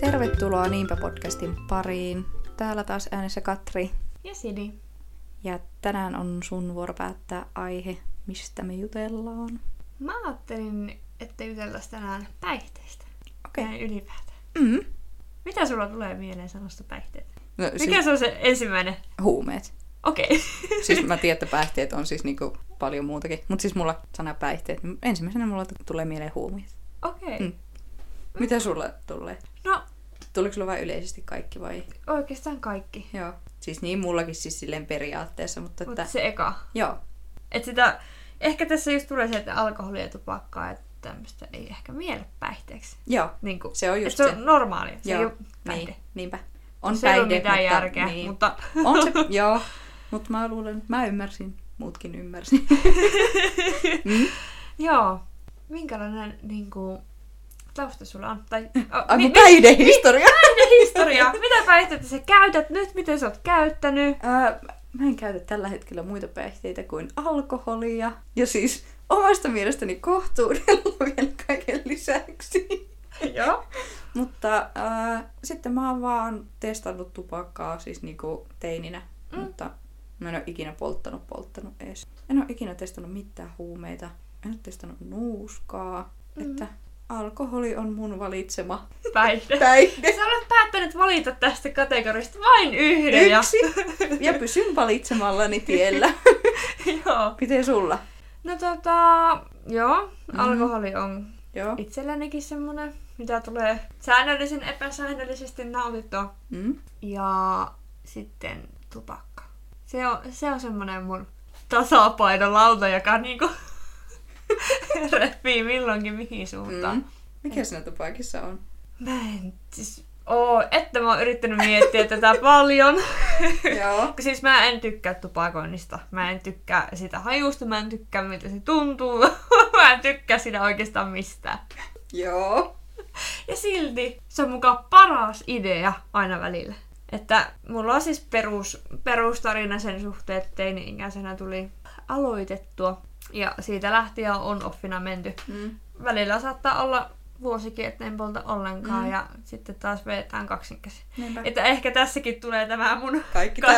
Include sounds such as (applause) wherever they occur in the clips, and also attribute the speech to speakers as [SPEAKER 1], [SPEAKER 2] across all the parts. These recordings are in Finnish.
[SPEAKER 1] Tervetuloa Niinpä podcastin pariin. Täällä taas äänessä Katri.
[SPEAKER 2] Ja Sini.
[SPEAKER 1] Ja tänään on sun vuoro päättää aihe, mistä me jutellaan.
[SPEAKER 2] Mä ajattelin, että juteltaisiin tänään päihteistä.
[SPEAKER 1] Okei.
[SPEAKER 2] Näin ylipäätään.
[SPEAKER 1] Mm.
[SPEAKER 2] Mitä sulla tulee mieleen sanosta päihteet?
[SPEAKER 1] No,
[SPEAKER 2] Mikä se on se ensimmäinen?
[SPEAKER 1] (laughs) Huumeet.
[SPEAKER 2] Okei. (laughs)
[SPEAKER 1] Siis mä tiedän, että päihteet on siis niinku paljon muutakin. Mutta siis mulla sana päihteet. niin Ensimmäisenä mulla t- tulee mieleen huumeet.
[SPEAKER 2] Okei.
[SPEAKER 1] Mm. Mitä sulla tulee?
[SPEAKER 2] No,
[SPEAKER 1] Tuliko sulla vain yleisesti kaikki vai?
[SPEAKER 2] oikeastaan kaikki.
[SPEAKER 1] Joo. Siis niin mullakin siis silleen periaatteessa, mutta että...
[SPEAKER 2] Mutta se eka.
[SPEAKER 1] Joo.
[SPEAKER 2] Et sitä, ehkä tässä just tulee se, että alkoholia ja tupakkaa ja tämmöistä ei ehkä miele päihteeksi.
[SPEAKER 1] Joo.
[SPEAKER 2] Niin kuin,
[SPEAKER 1] Se on just
[SPEAKER 2] se.
[SPEAKER 1] se.
[SPEAKER 2] on normaalia. Se
[SPEAKER 1] Joo.
[SPEAKER 2] ei ole päihde.
[SPEAKER 1] Niin, niinpä. On
[SPEAKER 2] se ei ole
[SPEAKER 1] päihde,
[SPEAKER 2] mitään
[SPEAKER 1] mutta-
[SPEAKER 2] järkeä,
[SPEAKER 1] niin.
[SPEAKER 2] mutta (laughs)
[SPEAKER 1] On (laughs) se, joo. Mutta mä luulen, mä ymmärsin, muutkin (laughs) ymmärsin.
[SPEAKER 2] Joo. Minkälainen niin kuin, tausta sulla on? Tai,
[SPEAKER 1] (laughs) Ai
[SPEAKER 2] mi-
[SPEAKER 1] mun
[SPEAKER 2] mi-
[SPEAKER 1] päihdehistoria!
[SPEAKER 2] historia. Mitä päihteitä sä käytät nyt? Miten sä oot käyttänyt?
[SPEAKER 1] Ää, mä en käytä tällä hetkellä muita päihteitä kuin alkoholia. Ja siis omasta mielestäni kohtuudella (laughs) vielä kaiken lisäksi.
[SPEAKER 2] Joo.
[SPEAKER 1] Mutta ää, sitten mä oon vaan testannut tupakkaa siis niinku teininä. Mm. Mutta mä en ole ikinä polttanut, polttanut ees. En ole ikinä testannut mitään huumeita. En ole testannut nuuskaa. Mm. Että alkoholi on mun valitsema (laughs)
[SPEAKER 2] Päihde.
[SPEAKER 1] päihde.
[SPEAKER 2] Sä olet päättänyt valita tästä kategorista vain yhden. Ja,
[SPEAKER 1] Yksi. Ja pysyn valitsemallani tiellä.
[SPEAKER 2] (laughs) joo.
[SPEAKER 1] (laughs) Miten sulla?
[SPEAKER 2] No tota, joo.
[SPEAKER 1] Mhm.
[SPEAKER 2] Alkoholi on
[SPEAKER 1] Joo.
[SPEAKER 2] itsellänikin semmonen, mitä tulee säännöllisen epäsäännöllisesti nautittua.
[SPEAKER 1] Mm.
[SPEAKER 2] Ja sitten tupakka. Se on, se on semmonen mun tasapainolauta, joka niinku (laughs) repii milloinkin mihin suuntaan.
[SPEAKER 1] Mm. Mikä siinä tupakissa on? (laughs)
[SPEAKER 2] Mä en siis oo, että mä oon yrittänyt miettiä tätä paljon. (laughs)
[SPEAKER 1] Joo.
[SPEAKER 2] Siis mä en tykkää tupakoinnista. Mä en tykkää sitä hajusta, mä en tykkää miltä se tuntuu. (laughs) mä en tykkää sitä oikeastaan mistään.
[SPEAKER 1] Joo.
[SPEAKER 2] Ja silti se on mukaan paras idea aina välillä. Että mulla on siis perus, perustarina sen suhteen, että teini-ikäisenä tuli aloitettua. Ja siitä lähtien on offina menty.
[SPEAKER 1] Mm.
[SPEAKER 2] Välillä saattaa olla vuosikin, että en polta ollenkaan.
[SPEAKER 1] Mm.
[SPEAKER 2] Mm. Ja sitten taas vetään kaksinkäsin.
[SPEAKER 1] Niinpä.
[SPEAKER 2] Että ehkä tässäkin tulee tämä mun
[SPEAKER 1] Kaikki
[SPEAKER 2] kaikki
[SPEAKER 1] tai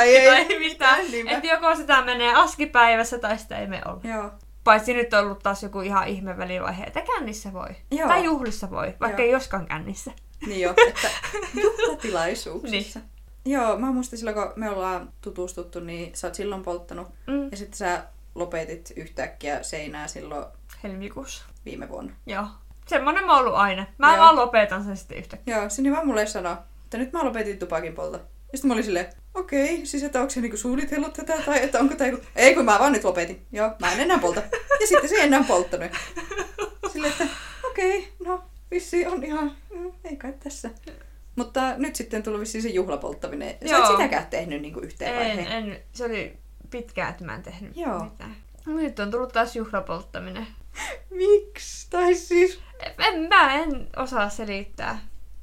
[SPEAKER 2] tai
[SPEAKER 1] ei.
[SPEAKER 2] mitään.
[SPEAKER 1] Niinpä.
[SPEAKER 2] Että joko sitä menee askipäivässä tai sitä ei me olla.
[SPEAKER 1] Joo.
[SPEAKER 2] Paitsi nyt on ollut taas joku ihan ihme välivaihe, että kännissä voi.
[SPEAKER 1] Joo.
[SPEAKER 2] Tai juhlissa voi, vaikka
[SPEAKER 1] Joo.
[SPEAKER 2] ei joskaan kännissä.
[SPEAKER 1] Niin jo, että juhlatilaisuuksissa. Joo, mä muistan silloin, kun me ollaan tutustuttu, niin sä oot silloin polttanut.
[SPEAKER 2] Mm.
[SPEAKER 1] Ja sitten sä lopetit yhtäkkiä seinää silloin
[SPEAKER 2] Helmikuussa.
[SPEAKER 1] viime vuonna.
[SPEAKER 2] Joo. Semmonen mä oon ollut aina. Mä
[SPEAKER 1] Joo.
[SPEAKER 2] Joo. vaan lopetan sen sitten yhtäkkiä.
[SPEAKER 1] Joo, Sini vaan mulle sanoi, että nyt mä lopetin tupakin polta. Ja sitten mä olin silleen, okei, siis että onko se niinku suunnitellut tätä tai että onko tämä joku... Ei kun mä vaan nyt lopetin. Joo, mä en enää polta. Ja sitten se ei enää polttanut. Silleen, että okei, no vissi on ihan, mm, ei kai tässä. Mutta nyt sitten tuli vissiin se juhlapolttaminen. Sä et
[SPEAKER 2] Joo.
[SPEAKER 1] sitäkään tehnyt niinku yhteen
[SPEAKER 2] En,
[SPEAKER 1] vaiheen.
[SPEAKER 2] en. Se oli pitkään, että mä en tehnyt
[SPEAKER 1] Joo.
[SPEAKER 2] mitään. Mut Nyt on tullut taas juhlapolttaminen.
[SPEAKER 1] Miksi? Tai siis...
[SPEAKER 2] En, mä en osaa selittää.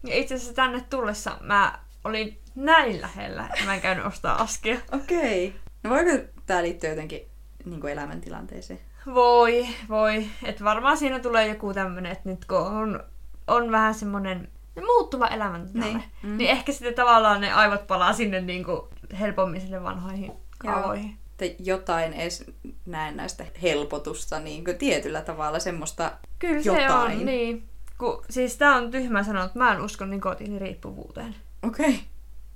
[SPEAKER 2] Ja itse asiassa tänne tullessa mä olin näin lähellä, että mä en käynyt ostaa askia.
[SPEAKER 1] Okei. No voiko tämä liittyä jotenkin niinku elämäntilanteeseen?
[SPEAKER 2] Voi, voi. Et varmaan siinä tulee joku tämmönen, että nyt kun on, on vähän semmonen muuttuva elämäntilanne,
[SPEAKER 1] Niin,
[SPEAKER 2] niin.
[SPEAKER 1] mm.
[SPEAKER 2] Mm. niin ehkä sitten tavallaan ne aivot palaa sinne niinku helpommin sinne vanhoihin
[SPEAKER 1] Joo.
[SPEAKER 2] kaavoihin.
[SPEAKER 1] että jotain edes näen näistä helpotusta niin kuin tietyllä tavalla semmoista.
[SPEAKER 2] Kyllä se
[SPEAKER 1] Jotain.
[SPEAKER 2] on, niin. Ku, siis tää on tyhmä sanoa, että mä en usko nikotiiniriippuvuuteen.
[SPEAKER 1] Okei. Okay.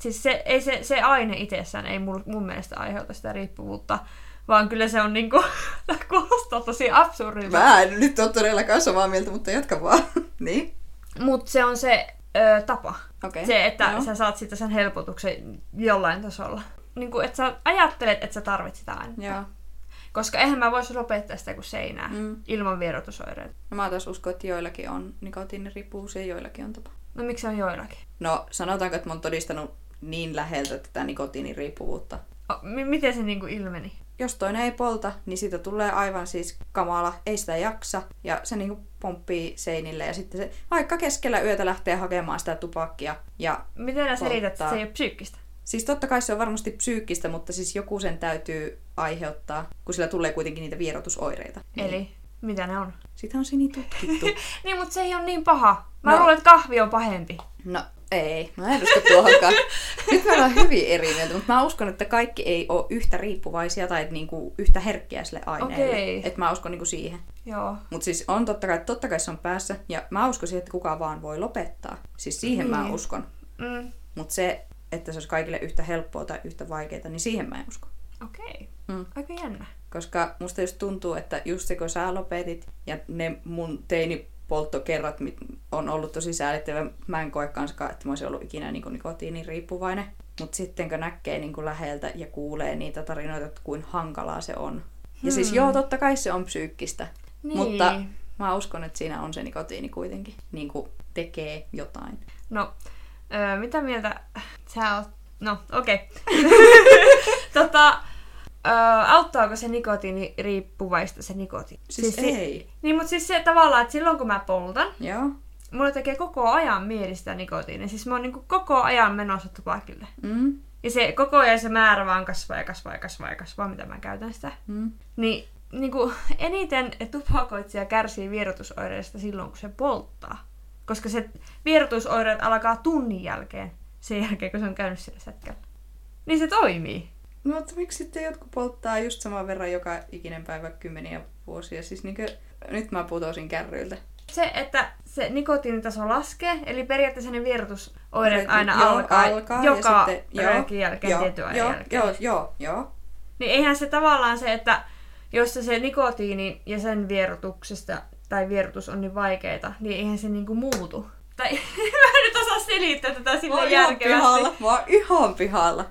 [SPEAKER 2] Siis se, ei se, se aine itsessään ei mun, mun mielestä aiheuta sitä riippuvuutta, vaan kyllä se on niinku, (laughs) tää kuulostaa tosi absurdilta.
[SPEAKER 1] Mä en nyt ole todellakaan samaa mieltä, mutta jatka vaan. (laughs) niin?
[SPEAKER 2] Mutta se on se ö, tapa.
[SPEAKER 1] Okei.
[SPEAKER 2] Se, että
[SPEAKER 1] Joo.
[SPEAKER 2] Joo. sä saat siitä sen helpotuksen jollain tasolla. Niin kuin, että sä ajattelet, että sä tarvit sitä aina.
[SPEAKER 1] Joo.
[SPEAKER 2] Koska eihän mä voisi lopettaa sitä kuin seinää
[SPEAKER 1] Mm.
[SPEAKER 2] mm. ilman vierotusoireita.
[SPEAKER 1] No mä taas uskon, että joillakin on nikotiiniriippuvuus ja joillakin on tapa.
[SPEAKER 2] No miksi se on joillakin?
[SPEAKER 1] No sanotaanko, että mä oon todistanut niin läheltä tätä nikotiiniriippuvuutta.
[SPEAKER 2] O, m- miten se niinku ilmeni?
[SPEAKER 1] Jos toinen ei polta, niin siitä tulee aivan siis kamala, ei sitä jaksa. Ja se niinku pomppii seinille ja sitten se vaikka keskellä yötä lähtee hakemaan sitä tupakkia. Ja
[SPEAKER 2] Miten nää selität, että se
[SPEAKER 1] Polttaa.
[SPEAKER 2] ei ole psyykkistä?
[SPEAKER 1] Siis totta kai se on varmasti psyykkistä, mutta siis joku sen täytyy aiheuttaa, kun sillä tulee kuitenkin niitä vierotusoireita.
[SPEAKER 2] Niin. Eli mitä ne on?
[SPEAKER 1] Sitä on Sini tutkittu.
[SPEAKER 2] Niin, mutta se ei ole niin paha. Mä
[SPEAKER 1] No.
[SPEAKER 2] no. luulen, että kahvi on pahempi.
[SPEAKER 1] (laughs) No, Ei, mä en (laughs) usko tuohonkaan. Nyt me ollaan hyvin eri mieltä, mutta mä uskon, että kaikki ei ole yhtä riippuvaisia tai niinku yhtä herkkiä sille aineelle.
[SPEAKER 2] Okei.
[SPEAKER 1] Et mä uskon niinku siihen.
[SPEAKER 2] Joo.
[SPEAKER 1] Mutta siis on totta kai, totta kai se on päässä. Ja mä uskon siihen, että kukaan vaan voi lopettaa. Siis siihen niin. mä
[SPEAKER 2] Niin.
[SPEAKER 1] uskon.
[SPEAKER 2] Mm.
[SPEAKER 1] Mutta se, että se olisi kaikille yhtä helppoa tai yhtä vaikeaa, niin siihen mä en usko.
[SPEAKER 2] Okei.
[SPEAKER 1] Mm.
[SPEAKER 2] Aika jännä.
[SPEAKER 1] Koska musta just tuntuu, että just se kun sä lopetit ja ne mun teinipolttokerrat mit- on ollut tosi säälittävä. Mä en koe kanskaan, että mä olisin ollut ikinä niin nikotiinin riippuvainen. Mutta sitten kun näkee niin läheltä ja kuulee niitä tarinoita, että kuin hankalaa se on. Ja siis joo, totta kai se on psyykkistä.
[SPEAKER 2] Hmm. Niin.
[SPEAKER 1] Mutta mä uskon, että siinä on se nikotiini kuitenkin. Niin kuin tekee jotain.
[SPEAKER 2] No, öö, mitä mieltä sä oot? No,
[SPEAKER 1] (laughs)
[SPEAKER 2] okei. tota, öö, auttaako se nikotiini riippuvaista se nikotiini?
[SPEAKER 1] Siis, siis
[SPEAKER 2] si-
[SPEAKER 1] ei.
[SPEAKER 2] Niin, mutta siis se tavallaan, että silloin kun mä poltan,
[SPEAKER 1] Joo.
[SPEAKER 2] mulla tekee koko ajan mieli sitä nikotiinia. Siis mä oon niinku koko ajan menossa tupakille.
[SPEAKER 1] Mm,
[SPEAKER 2] Ja se koko ajan se määrä vaan kasvaa ja kasvaa ja kasvaa ja kasvaa, mitä mä käytän sitä.
[SPEAKER 1] mm.
[SPEAKER 2] Niin, niin kuin, eniten tupakoitsija kärsii vierotusoireista silloin, kun se polttaa. Koska se vierotusoireet alkaa tunnin jälkeen, sen jälkeen, kun se on käynyt sillä sätkällä. Niin se toimii.
[SPEAKER 1] No, mutta miksi sitten jotkut polttaa just saman verran joka ikinen päivä kymmeniä vuosia? Siis niinkö, nyt mä putosin kärryiltä.
[SPEAKER 2] Se, että se nikotiinitaso laskee, eli periaatteessa ne vierotusoireet
[SPEAKER 1] Se-
[SPEAKER 2] aina
[SPEAKER 1] joo,
[SPEAKER 2] alkaa, joka
[SPEAKER 1] joo,
[SPEAKER 2] röökin jälkeen
[SPEAKER 1] joo,
[SPEAKER 2] tietyn ajan
[SPEAKER 1] joo,
[SPEAKER 2] jälkeen.
[SPEAKER 1] joo, joo, joo,
[SPEAKER 2] Niin eihän se tavallaan se, että jos se, se nikotiini ja sen vierotuksesta tai vierotus on niin vaikeeta, niin eihän se niinku muutu. Tai (laughs) mä en nyt osaa selittää tätä
[SPEAKER 1] Mä oon
[SPEAKER 2] silleen
[SPEAKER 1] ihan
[SPEAKER 2] järkevästi.
[SPEAKER 1] pihalla, mä oon ihan pihalla.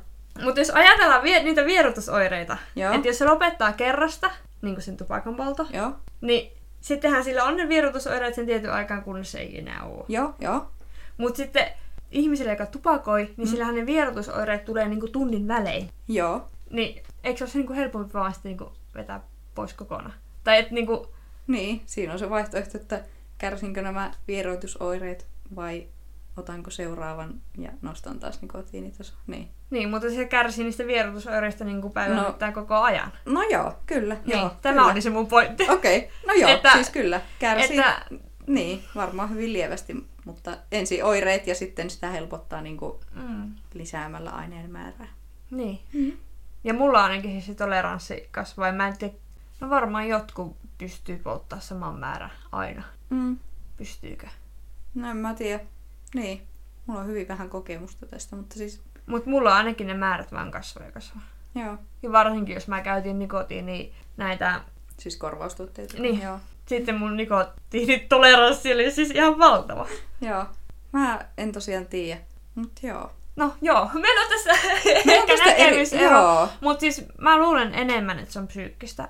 [SPEAKER 2] Mutta jos ajatellaan vie- niitä vierotusoireita,
[SPEAKER 1] Joo.
[SPEAKER 2] että jos se lopettaa kerrasta, niin kuin sen tupakan polto,
[SPEAKER 1] Joo,
[SPEAKER 2] niin sittenhän sillä on ne vierotusoireet sen tietyn aikaan, kunnes se ei enää ole.
[SPEAKER 1] joo, joo.
[SPEAKER 2] Mutta sitten ihmiselle, joka tupakoi,
[SPEAKER 1] Mm.
[SPEAKER 2] niin sillähän ne vierotusoireet tulee niinku tunnin välein.
[SPEAKER 1] Joo.
[SPEAKER 2] Niin eikö se ole niinku helpompi vaan sitten niinku vetää pois kokonaan? Tai että niinku,
[SPEAKER 1] Niin, siinä on se vaihtoehto, että kärsinkö nämä vieroitusoireet vai otanko seuraavan ja nostan taas nikotiinitaso. Niin.
[SPEAKER 2] Niin, mutta se kärsii niistä vierotusoireista niin päivän
[SPEAKER 1] No.
[SPEAKER 2] no. mittaan koko ajan.
[SPEAKER 1] No joo, kyllä.
[SPEAKER 2] Niin,
[SPEAKER 1] joo,
[SPEAKER 2] tämä
[SPEAKER 1] kyllä.
[SPEAKER 2] oli se mun pointti.
[SPEAKER 1] Okei, okay. no joo, että,
[SPEAKER 2] (laughs) Että-
[SPEAKER 1] siis kyllä, kärsii. Että,
[SPEAKER 2] Että,
[SPEAKER 1] niin, varmaan hyvin lievästi, mutta ensin oireet ja sitten sitä helpottaa niin kuin
[SPEAKER 2] mm,
[SPEAKER 1] lisäämällä aineen määrää.
[SPEAKER 2] niin.
[SPEAKER 1] Mm-hmm.
[SPEAKER 2] Ja mulla ainakin siis se toleranssi kasvaa. ja Mä en tiedä, no varmaan jotkut pystyy polttaa saman määrän aina.
[SPEAKER 1] Mm.
[SPEAKER 2] Pystyykö?
[SPEAKER 1] No en mä tiedä. Niin, mulla on hyvin vähän kokemusta tästä, mutta siis
[SPEAKER 2] Mutta mulla ainakin ne määrät vaan kasvaa ja kasvaa.
[SPEAKER 1] joo,
[SPEAKER 2] Ja varsinkin jos mä käytin nikotiini näitä...
[SPEAKER 1] siis korvaustuotteita.
[SPEAKER 2] Niin.
[SPEAKER 1] Joo.
[SPEAKER 2] Sitten mun nikotiinitoleranssi oli siis ihan valtava.
[SPEAKER 1] joo. Mä en tosiaan tiedä, mutta
[SPEAKER 2] (laughs)
[SPEAKER 1] joo.
[SPEAKER 2] No joo, meillä on tässä
[SPEAKER 1] Meillä on
[SPEAKER 2] ehkä
[SPEAKER 1] tästä eri-
[SPEAKER 2] näkemysero.
[SPEAKER 1] Joo.
[SPEAKER 2] Mutta siis mä luulen enemmän, että se on psyykkistä.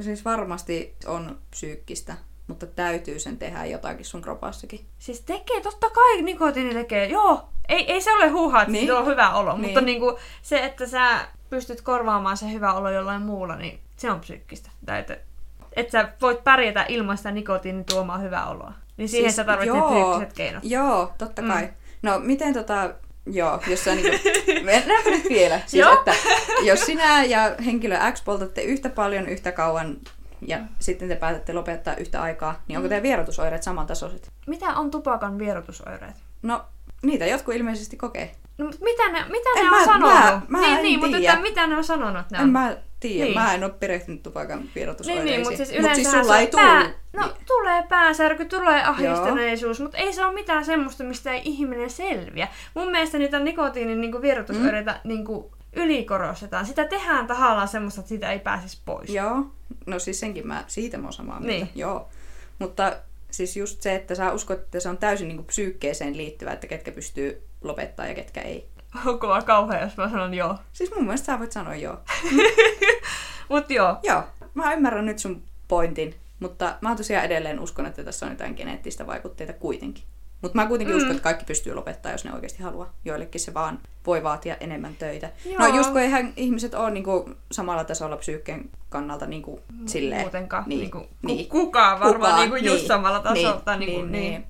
[SPEAKER 1] Siis varmasti on psyykkistä, mutta täytyy sen tehdä jotakin sun kropassakin.
[SPEAKER 2] Siis tekee, totta kai nikotiini tekee, joo. Ei, ei se ole huuhaa, että
[SPEAKER 1] Niin.
[SPEAKER 2] niin. on hyvä olo,
[SPEAKER 1] Niin.
[SPEAKER 2] niin. mutta niinku se, että sä pystyt korvaamaan se hyvä olo jollain muulla, niin se on psyykkistä. Tai että, että sä voit pärjätä ilman sitä nikotiinin tuomaa hyvää oloa. Niin siihen
[SPEAKER 1] Siis
[SPEAKER 2] sä tarvitset
[SPEAKER 1] joo.
[SPEAKER 2] ne psyykkiset keinot.
[SPEAKER 1] Joo, totta
[SPEAKER 2] Mm.
[SPEAKER 1] kai. No, miten tota... Joo, jos sä niinku...
[SPEAKER 2] (laughs)
[SPEAKER 1] Mennäänpä nyt vielä. Siis,
[SPEAKER 2] Joo.
[SPEAKER 1] että jos sinä ja henkilö X poltatte yhtä paljon, yhtä kauan ja sitten te päätätte lopettaa yhtä aikaa, niin
[SPEAKER 2] Mm.
[SPEAKER 1] onko teidän vierotusoireet samantasoiset?
[SPEAKER 2] Mitä on tupakan vierotusoireet?
[SPEAKER 1] No, niitä jotkut ilmeisesti kokee.
[SPEAKER 2] No, mut mitä ne, mitä
[SPEAKER 1] En
[SPEAKER 2] ne
[SPEAKER 1] mä- mä-
[SPEAKER 2] on sanonut?
[SPEAKER 1] mä
[SPEAKER 2] niin,
[SPEAKER 1] en
[SPEAKER 2] niin mutta
[SPEAKER 1] tiedä.
[SPEAKER 2] että mitä ne on sanonut? että Ne
[SPEAKER 1] en
[SPEAKER 2] on?
[SPEAKER 1] mä tiedä,
[SPEAKER 2] Niin.
[SPEAKER 1] mä en ole perehtynyt tupakan vierotusoireisiin.
[SPEAKER 2] Niin, niin, mutta siis
[SPEAKER 1] Mut
[SPEAKER 2] yleensä
[SPEAKER 1] siis sulla ei tullut. Niin.
[SPEAKER 2] pää... No, tulee pääsärky, tulee ahdistuneisuus, mutta ei se ole mitään semmoista, mistä ei ihminen selviä. Mun mielestä niitä nikotiinin niin vierotusoireita mm. niin ylikorostetaan. Sitä tehdään tahallaan semmoista, että siitä ei pääsisi pois.
[SPEAKER 1] Joo, no siis senkin mä, siitä mä oon samaa mieltä.
[SPEAKER 2] Niin.
[SPEAKER 1] Joo, mutta siis just se, että sä uskot, että se on täysin niinku psyykkeeseen liittyvä, että ketkä pystyy lopettaa ja ketkä ei.
[SPEAKER 2] (laughs) Onko vaan kauhea, jos mä sanon joo.
[SPEAKER 1] Siis mun mielestä sä voit sanoa joo.
[SPEAKER 2] Mut joo.
[SPEAKER 1] Joo, mä ymmärrän nyt sun pointin, mutta mä tosiaan edelleen uskon, että tässä on jotain geneettistä vaikutteita kuitenkin. Mutta mä kuitenkin mm.
[SPEAKER 2] Mm.
[SPEAKER 1] uskon, että kaikki pystyy lopettaa, jos ne oikeasti haluaa. Joillekin se vaan voi vaatia enemmän töitä. Joo.
[SPEAKER 2] Joo.
[SPEAKER 1] No just kun eihän ihmiset ole niinku samalla tasolla psyykkien kannalta niinku silleen.
[SPEAKER 2] Muutenkaan.
[SPEAKER 1] Niin,
[SPEAKER 2] Niin, niin, ku,
[SPEAKER 1] niin.
[SPEAKER 2] Kukaan varmaan
[SPEAKER 1] Kukaan,
[SPEAKER 2] Niin kuin just samalla tasolta. Niin, niin, niin, niin.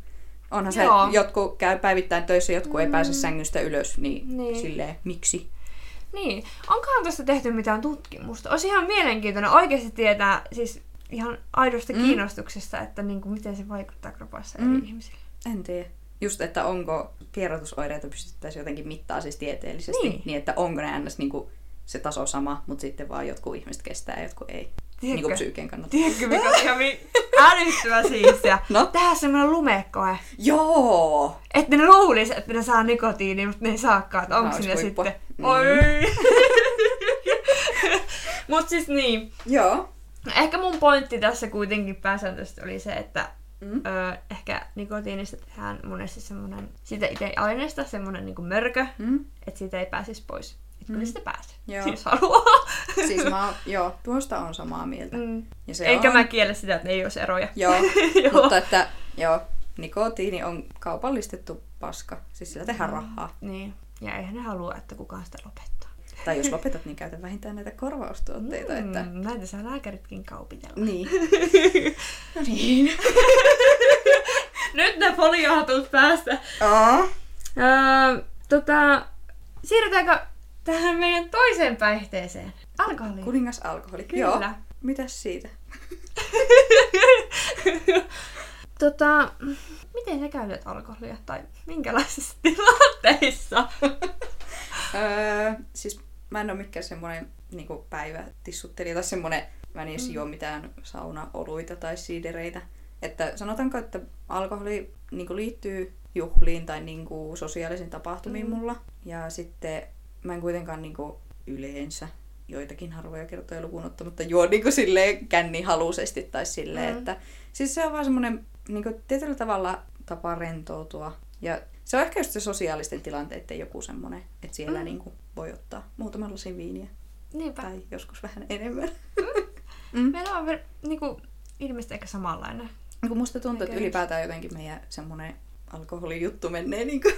[SPEAKER 1] Onhan se,
[SPEAKER 2] Joo. Mm.
[SPEAKER 1] jotkut käy päivittäin töissä, jotkut ei pääse sängystä ylös, niin, niin.
[SPEAKER 2] Niin.
[SPEAKER 1] silleen, miksi?
[SPEAKER 2] Niin. Onkohan tästä tehty mitään tutkimusta? Olisi ihan mielenkiintoinen oikeasti tietää siis ihan aidosta
[SPEAKER 1] Mm.
[SPEAKER 2] mm. kiinnostuksesta, että niin kuin miten se niinku vaikuttaa kropassa
[SPEAKER 1] Mm.
[SPEAKER 2] eri ihmisille.
[SPEAKER 1] En tiedä. just, että onko kierrätysoireita pystyttäisiin jotenkin mittaa siis tieteellisesti,
[SPEAKER 2] Niin.
[SPEAKER 1] niin, niin että onko ne ns. Niinku se taso sama, mutta sitten vaan jotkut ihmiset kestää ja jotkut ei. Niin kuin psyykeen kannalta.
[SPEAKER 2] Tiedätkö, mikä on
[SPEAKER 1] (laughs)
[SPEAKER 2] ihan vi- älyttömä siistiä?
[SPEAKER 1] No?
[SPEAKER 2] Tehdään semmoinen lumekoe.
[SPEAKER 1] Joo!
[SPEAKER 2] Että ne luulis, että ne saa nikotiinia, mutta ne ei saakaan. Että onko
[SPEAKER 1] Olisi
[SPEAKER 2] sinne
[SPEAKER 1] huippua.
[SPEAKER 2] sitten...
[SPEAKER 1] Mm.
[SPEAKER 2] Oi! (laughs) Mut siis niin.
[SPEAKER 1] Joo.
[SPEAKER 2] Ehkä mun pointti tässä kuitenkin pääsääntöisesti oli se, että
[SPEAKER 1] Mm.
[SPEAKER 2] öö, ehkä nikotiinista tehdään monesti semmoinen, siitä itse aineesta semmoinen niinku mörkö,
[SPEAKER 1] Mm.
[SPEAKER 2] että siitä ei pääsisi pois. Että kyllä sitä pääsee.
[SPEAKER 1] Mm-hmm. Joo.
[SPEAKER 2] Siis haluaa.
[SPEAKER 1] Siis mä oon, joo, tuosta on samaa mieltä.
[SPEAKER 2] (laughs) Mm.
[SPEAKER 1] Ja se
[SPEAKER 2] Enkä
[SPEAKER 1] on,
[SPEAKER 2] mä kiellä sitä, että ne ei olisi eroja.
[SPEAKER 1] Joo,
[SPEAKER 2] (laughs) Joo.
[SPEAKER 1] mutta että joo, nikotiini on kaupallistettu paska. Siis sillä tehdään rahaa.
[SPEAKER 2] Niin. Ja eihän ne halua, että kukaan sitä lopettaa.
[SPEAKER 1] Tai jos lopetat, niin käytä vähintään näitä korvaustuotteita. Mm. Että...
[SPEAKER 2] Mm, näitä saa lääkäritkin kaupitella. (laughs)
[SPEAKER 1] Niin. no niin.
[SPEAKER 2] Nyt ne foliohatut päästä.
[SPEAKER 1] Aa.
[SPEAKER 2] Niin. Öö, tota, siirrytäänkö tähän meidän toiseen päihteeseen? Alkoholiin.
[SPEAKER 1] Kuningas alkoholi.
[SPEAKER 2] Kyllä.
[SPEAKER 1] Joo. Mitäs siitä?
[SPEAKER 2] Tota, miten sä käytät alkoholia? Tai minkälaisissa (laughs) tilanteissa?
[SPEAKER 1] Öö, siis mä en ole mikään semmoinen niinku päivätissuttelija tai semmoinen, mä en
[SPEAKER 2] Mm.
[SPEAKER 1] edes juo mitään saunaoluita tai siidereitä. Että sanotaanko, että alkoholi niinku liittyy juhliin tai niinku sosiaalisiin tapahtumiin
[SPEAKER 2] Mm.
[SPEAKER 1] mulla. Ja sitten mä en kuitenkaan niinku yleensä joitakin harvoja kertoja lukuun ottamatta juo niinku silleen kännihaluisesti tai silleen,
[SPEAKER 2] Mm.
[SPEAKER 1] mm. että siis se on vaan semmoinen niinku tietyllä tavalla tapa rentoutua. Ja se on ehkä just se sosiaalisten tilanteiden joku semmoinen, että siellä
[SPEAKER 2] Mm.
[SPEAKER 1] mm. niinku voi ottaa muutaman lasin viiniä
[SPEAKER 2] Niinpä.
[SPEAKER 1] tai joskus vähän enemmän.
[SPEAKER 2] Meillä on ver- niinku, ilmeisesti aika samanlainen.
[SPEAKER 1] Niinku musta tuntuu, että
[SPEAKER 2] Eikä
[SPEAKER 1] ylipäätään jotenkin meidän semmoinen alkoholijuttu menee niinku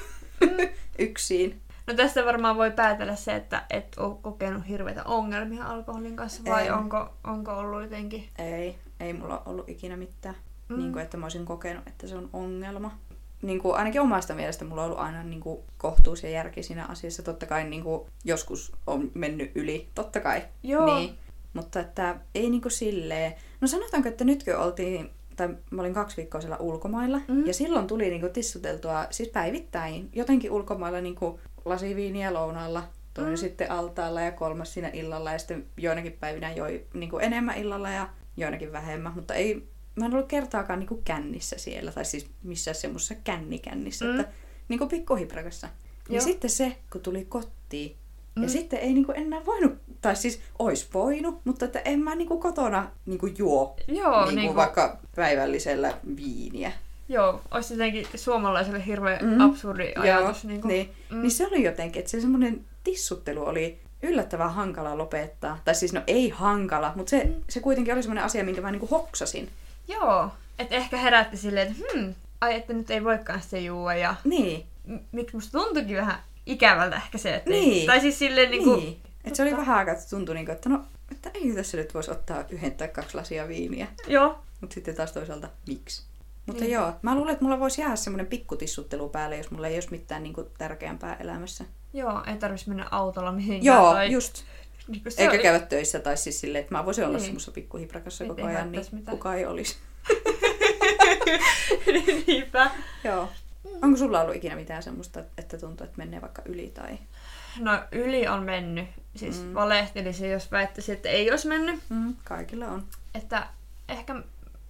[SPEAKER 2] Mm.
[SPEAKER 1] (laughs) yksin.
[SPEAKER 2] No tästä varmaan voi päätellä se, että et ole kokenut hirveitä ongelmia alkoholin kanssa, vai
[SPEAKER 1] En.
[SPEAKER 2] onko, onko ollut jotenkin...
[SPEAKER 1] Ei, ei mulla ollut ikinä mitään,
[SPEAKER 2] Mm.
[SPEAKER 1] mm. niin kuin, että mä olisin kokenut, että se on ongelma. Niin kuin, ainakin omasta mielestä mulla on ollut aina niin kuin, kohtuus ja järki siinä asiassa. Totta kai niin kuin, joskus on mennyt yli, totta kai.
[SPEAKER 2] Joo.
[SPEAKER 1] Niin. Mutta että ei niin kuin, silleen. No sanotaanko, että nytkö oltiin, tai mä olin kaksi viikkoa siellä ulkomailla,
[SPEAKER 2] Mm.
[SPEAKER 1] mm. ja silloin tuli niin kuin, tissuteltua, siis päivittäin, jotenkin ulkomailla niin kuin, lasiviiniä lounaalla, toinen
[SPEAKER 2] Mm.
[SPEAKER 1] mm. sitten altaalla ja kolmas siinä illalla ja sitten joinakin päivinä joi niin kuin enemmän illalla ja joinakin vähemmän, mutta ei, mä en ollut kertaakaan niin kuin kännissä siellä, tai siis missään semmoisessa kännikännissä,
[SPEAKER 2] Mm.
[SPEAKER 1] mm. että niin kuin pikkuhiprakassa.
[SPEAKER 2] Joo.
[SPEAKER 1] Ja Niin sitten se, kun tuli kotiin, mm.
[SPEAKER 2] Mm.
[SPEAKER 1] ja sitten ei niin kuin enää voinut, tai siis ois voinut, mutta että en mä niin kuin kotona niin kuin juo
[SPEAKER 2] Joo,
[SPEAKER 1] niin kuin
[SPEAKER 2] niinku-
[SPEAKER 1] vaikka päivällisellä viiniä.
[SPEAKER 2] Joo, olisi jotenkin suomalaiselle hirveän
[SPEAKER 1] Mm.
[SPEAKER 2] absurdi ajatus.
[SPEAKER 1] Joo,
[SPEAKER 2] Niin kuin,
[SPEAKER 1] niin.
[SPEAKER 2] Mm.
[SPEAKER 1] Mm. niin se oli jotenkin, että se semmoinen tissuttelu oli yllättävän hankala lopettaa. Tai siis no ei hankala, mutta se, mm. se kuitenkin oli semmoinen asia, minkä mä niinku hoksasin.
[SPEAKER 2] Joo, että ehkä herätti silleen, että hmm, ai että nyt ei voikaan sitä juua ja
[SPEAKER 1] Niin,
[SPEAKER 2] m- miksi musta tuntuikin vähän ikävältä ehkä se, että ei,
[SPEAKER 1] Niin.
[SPEAKER 2] tai siis silleen
[SPEAKER 1] niin.
[SPEAKER 2] niinku,
[SPEAKER 1] Kuin, niin. Et se oli vähän aikaa, että tuntui, niinku, että no, että ei tässä nyt voisi ottaa yhden tai kaksi lasia viiniä.
[SPEAKER 2] joo,
[SPEAKER 1] Mutta sitten taas toisaalta, miksi? Mutta
[SPEAKER 2] Niin.
[SPEAKER 1] niin. joo, mä luulen, että mulla voisi jäädä semmoinen pikkutissuttelu päälle, jos mulla ei olisi mitään niinku tärkeämpää elämässä.
[SPEAKER 2] joo, ei tarvitsisi mennä autolla mihinkään.
[SPEAKER 1] Joo,
[SPEAKER 2] tai,
[SPEAKER 1] just.
[SPEAKER 2] niinku se
[SPEAKER 1] Eikä
[SPEAKER 2] oli-
[SPEAKER 1] käydä töissä, tai siis silleen, että mä voisin olla
[SPEAKER 2] Niin.
[SPEAKER 1] niin. semmoisessa pikkuhiprakassa
[SPEAKER 2] Et
[SPEAKER 1] koko
[SPEAKER 2] ei
[SPEAKER 1] ajan, niin
[SPEAKER 2] välttäisi mitään.
[SPEAKER 1] kuka ei olisi.
[SPEAKER 2] (laughs) Niinpä.
[SPEAKER 1] Joo. Onko sulla ollut ikinä mitään semmoista, että tuntuu, että menee vaikka yli tai...
[SPEAKER 2] No yli on mennyt, siis mm. valehtelisin, jos väittäisin, että ei olisi mennyt.
[SPEAKER 1] Mm, kaikilla on.
[SPEAKER 2] Että ehkä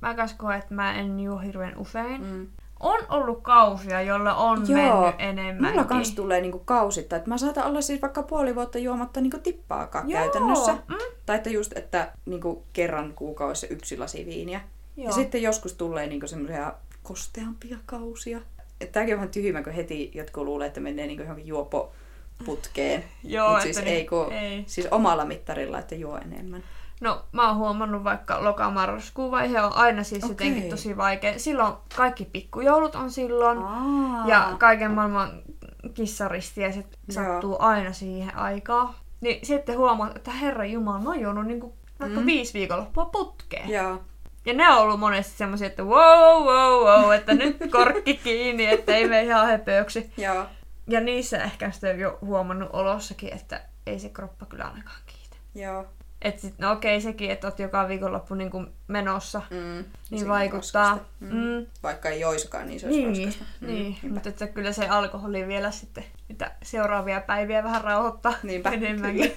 [SPEAKER 2] mä kans koen, että mä en juo hirveän usein. Mm.
[SPEAKER 1] Mm.
[SPEAKER 2] On ollut kausia, jolla on Joo. mennyt enemmänkin.
[SPEAKER 1] Mulla kans tulee niinku kausittain, että mä saatan olla siis vaikka puoli vuotta juomatta niinku tippaakaan
[SPEAKER 2] Joo.
[SPEAKER 1] käytännössä.
[SPEAKER 2] Mm.
[SPEAKER 1] Tai että just, että niinku kerran kuukaudessa yksi lasi viiniä.
[SPEAKER 2] Joo.
[SPEAKER 1] Ja sitten joskus tulee niinku semmoisia kosteampia kausia. Et Tääkin on vähän tyhmä, kun heti jotkut luulee, että menee niinku johonkin juopoputkeen.
[SPEAKER 2] (laughs) Joo,
[SPEAKER 1] Mut
[SPEAKER 2] että
[SPEAKER 1] siis,
[SPEAKER 2] niin-
[SPEAKER 1] ei, kun,
[SPEAKER 2] ei.
[SPEAKER 1] siis omalla mittarilla, että juo enemmän.
[SPEAKER 2] No mä oon huomannut vaikka lokamarraskuun vaihe on aina siis okay.
[SPEAKER 1] Okei.
[SPEAKER 2] jotenkin tosi vaikea. Silloin kaikki pikkujoulut on silloin.
[SPEAKER 1] Aa.
[SPEAKER 2] Ja kaiken maailman kissaristiäiset sattuu aina siihen aikaan. Niin sitten huomaat, että herra Jumala, mä oon juonut niinku vaikka mm.
[SPEAKER 1] Mm.
[SPEAKER 2] viisi viikonloppua putkeen. Ja.
[SPEAKER 1] Joo.
[SPEAKER 2] ja ne on ollut monesti semmoisia, että wow, wow, wow, että nyt korkki kiinni, että ei mene ihan höpööksi.
[SPEAKER 1] Joo.
[SPEAKER 2] Ja niissä ehkä sitä on jo huomannut olossakin, että ei se kroppa kyllä ainakaan kiitä.
[SPEAKER 1] Joo.
[SPEAKER 2] Että sit, no okei sekin, että oot joka viikonloppu niin kuin menossa,
[SPEAKER 1] Mm,
[SPEAKER 2] niin
[SPEAKER 1] siinä on
[SPEAKER 2] vaikuttaa.
[SPEAKER 1] raskasta.
[SPEAKER 2] Mm.
[SPEAKER 1] Mm. Vaikka ei oiskaan, niin se olisi
[SPEAKER 2] Niin, niin,
[SPEAKER 1] raskasta. Mm,
[SPEAKER 2] niin. (laughs)
[SPEAKER 1] niinpä.
[SPEAKER 2] mutta että kyllä se alkoholi vielä sitten niitä seuraavia päiviä vähän rauhoittaa
[SPEAKER 1] Niinpä,
[SPEAKER 2] enemmänkin.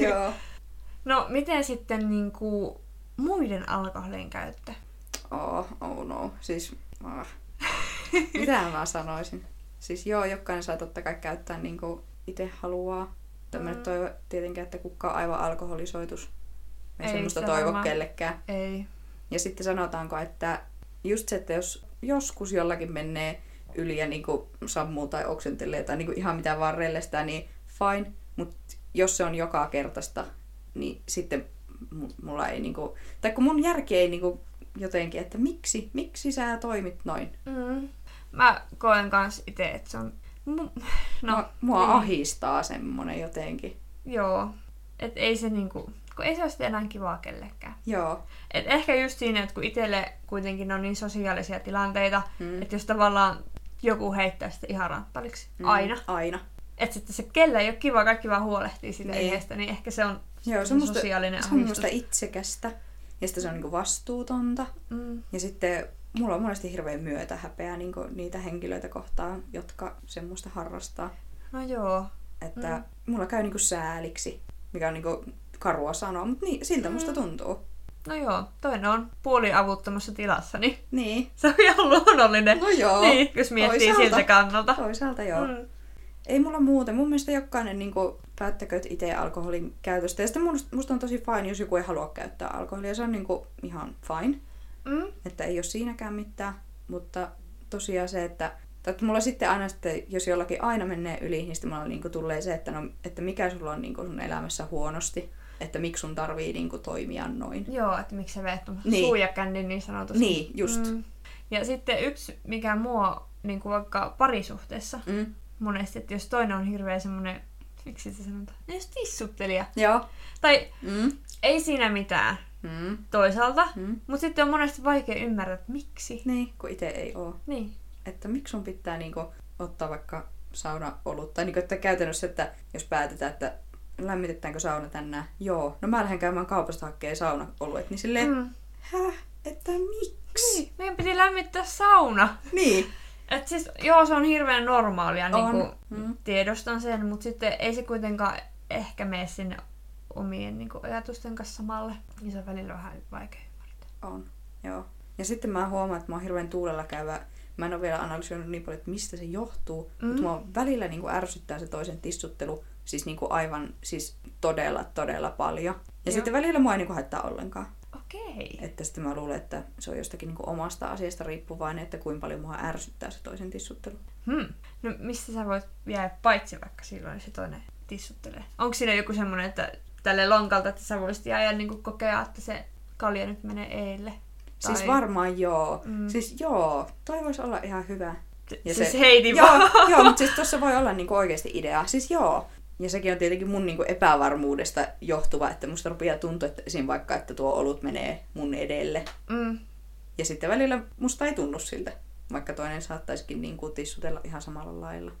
[SPEAKER 1] Joo.
[SPEAKER 2] (laughs) No miten sitten niin kuin, muiden alkoholin käyttö?
[SPEAKER 1] Oh, oh no. Siis, ah. (laughs) mitä mä sanoisin? Siis joo, jokainen saa totta kai käyttää niin kuin itse haluaa. Tämmöinen
[SPEAKER 2] Mm.
[SPEAKER 1] toivo tietenkään, että kukaan aivan alkoholisoitus. Mä en
[SPEAKER 2] Ei
[SPEAKER 1] semmoista
[SPEAKER 2] sitä
[SPEAKER 1] toivo
[SPEAKER 2] varmaan.
[SPEAKER 1] kellekään.
[SPEAKER 2] Ei.
[SPEAKER 1] Ja sitten sanotaanko, että just se, että jos joskus jollakin menee yli ja niin kuin sammuu tai oksentelee tai niin kuin ihan mitä vaan rellestää, niin fine. Mutta jos se on joka kertaista, niin sitten mu- mulla ei niin kuin, tai kun mun järki ei niin kuin jotenkin, että miksi, miksi sä toimit noin?
[SPEAKER 2] Mm. Mä koen kans itse, että se on... mu- No,
[SPEAKER 1] No, mua
[SPEAKER 2] niin.
[SPEAKER 1] ahistaa semmonen jotenkin.
[SPEAKER 2] Joo. Et ei se niinku... Kun ei se ole sitten enää kivaa kellekään.
[SPEAKER 1] Joo.
[SPEAKER 2] Et ehkä just siinä, että kun itselle kuitenkin on niin sosiaalisia tilanteita,
[SPEAKER 1] Mm.
[SPEAKER 2] mm. että jos tavallaan joku heittää sitä ihan ranttaliksi
[SPEAKER 1] Mm,
[SPEAKER 2] mm. aina.
[SPEAKER 1] Aina.
[SPEAKER 2] Että sitten se kelle ei ole kiva, kaikki vaan huolehtii siitä
[SPEAKER 1] Niin.
[SPEAKER 2] niin. ihmeestä, niin ehkä se on
[SPEAKER 1] Joo,
[SPEAKER 2] semmoinen
[SPEAKER 1] semmoista,
[SPEAKER 2] sosiaalinen
[SPEAKER 1] se on
[SPEAKER 2] ahdistus.
[SPEAKER 1] semmoista itsekästä. Ja sitten se on niinku vastuutonta.
[SPEAKER 2] Mm.
[SPEAKER 1] Ja sitten mulla on monesti hirveä myötähäpeä niin niitä henkilöitä kohtaan, jotka semmoista harrastaa.
[SPEAKER 2] No joo.
[SPEAKER 1] Että mm. mulla käy niin sääliksi, mikä on niin karua sanoa, mutta niin, siltä mm. musta tuntuu.
[SPEAKER 2] No joo. Toinen on puoliavuttomassa tilassa, niin
[SPEAKER 1] (laughs)
[SPEAKER 2] (laughs)
[SPEAKER 1] Niin.
[SPEAKER 2] se on ihan luonnollinen.
[SPEAKER 1] No joo.
[SPEAKER 2] niin, jos miettii
[SPEAKER 1] toisaalta.
[SPEAKER 2] siltä kannalta.
[SPEAKER 1] (laughs) Toisaalta joo. Mm.
[SPEAKER 2] Mm.
[SPEAKER 1] Ei mulla muuten. Mun mielestä jokainen niin päättäkööt itse alkoholin käytöstä. Ja sitten mun- musta on tosi fine, jos joku ei halua käyttää alkoholia. Se on niin ihan fine.
[SPEAKER 2] Mm.
[SPEAKER 1] Että ei ole siinäkään mitään, mutta tosiaan se, että tai että mulla sitten aina sitten, jos jollakin aina menee yli, niin sitten mulla niinku tulee se, että, no, että mikä sulla on niinku sun elämässä huonosti, että miksi sun tarvii niinku toimia noin.
[SPEAKER 2] Joo, että miksi sä veet tuommoisen
[SPEAKER 1] Niin.
[SPEAKER 2] niin. suujakännin niin sanotusti.
[SPEAKER 1] Niin, just. Mm.
[SPEAKER 2] Mm. Ja sitten yksi, mikä mua niin kuin vaikka parisuhteessa
[SPEAKER 1] Mm.
[SPEAKER 2] monesti, että jos toinen on hirveä semmoinen, miksi se sanotaan, no just tissuttelija.
[SPEAKER 1] Joo.
[SPEAKER 2] Tai
[SPEAKER 1] Mm.
[SPEAKER 2] ei siinä mitään
[SPEAKER 1] Mm.
[SPEAKER 2] toisaalta,
[SPEAKER 1] Mm.
[SPEAKER 2] mutta sitten on monesti vaikea ymmärtää, että miksi.
[SPEAKER 1] Niin, kun itse ei oo.
[SPEAKER 2] Niin.
[SPEAKER 1] Että miksi sun pitää niinku ottaa vaikka sauna olut, tai niinku, että käytännössä, että jos päätetään, että lämmitetäänkö sauna tänään, joo, no mä lähden käymään kaupasta hakemaan sauna oluet, niin silleen, mm.
[SPEAKER 2] Mm.
[SPEAKER 1] häh, että miksi?
[SPEAKER 2] Niin, Meidän piti lämmittää sauna.
[SPEAKER 1] Niin.
[SPEAKER 2] Et siis, joo, se on hirveän normaalia, niin
[SPEAKER 1] On.
[SPEAKER 2] kuin
[SPEAKER 1] Mm.
[SPEAKER 2] tiedostan sen, mutta sitten ei se kuitenkaan ehkä mene sinne omien niin kuin, ajatusten kanssa samalle. Niin se on välillä vähän vaikea ymmärtää.
[SPEAKER 1] On, joo. Ja sitten mä huomaan, että mä oon hirveän tuulella käyvä. Mä en ole vielä analysoinut niin paljon, että mistä se johtuu. Mm.
[SPEAKER 2] Mm.
[SPEAKER 1] Mutta mua välillä niin kuin ärsyttää se toisen tissuttelu. Siis niin kuin aivan, siis todella, todella paljon. Ja joo.
[SPEAKER 2] Joo.
[SPEAKER 1] sitten välillä mua ei niin kuin haittaa ollenkaan.
[SPEAKER 2] Okei.
[SPEAKER 1] Että sitten mä luulen, että se on jostakin niin kuin omasta asiasta riippuvainen, että kuinka paljon mua ärsyttää se toisen tissuttelu.
[SPEAKER 2] Hmm. No mistä sä voit jäädä paitsi vaikka silloin se toinen tissuttelee? Onko siinä joku semmoinen, että tälle lonkalta, että sä voisit jäädä niin kokea, että se kalja nyt menee eille?
[SPEAKER 1] Tai... Siis varmaan joo. Mm.
[SPEAKER 2] Mm.
[SPEAKER 1] Siis joo, toi voisi olla ihan hyvä. ja
[SPEAKER 2] Ja siis
[SPEAKER 1] se-
[SPEAKER 2] se... heiti
[SPEAKER 1] (laughs)
[SPEAKER 2] vaan.
[SPEAKER 1] joo, joo, mutta siis tuossa voi olla niinku oikeasti idea. Siis joo. Ja sekin on tietenkin mun niinku epävarmuudesta johtuva, että musta rupeaa tuntua, että esim. vaikka, että tuo olut menee mun edelle.
[SPEAKER 2] Mm.
[SPEAKER 1] Ja sitten välillä musta ei tunnu siltä, vaikka toinen saattaisikin niinku tissutella ihan samalla lailla.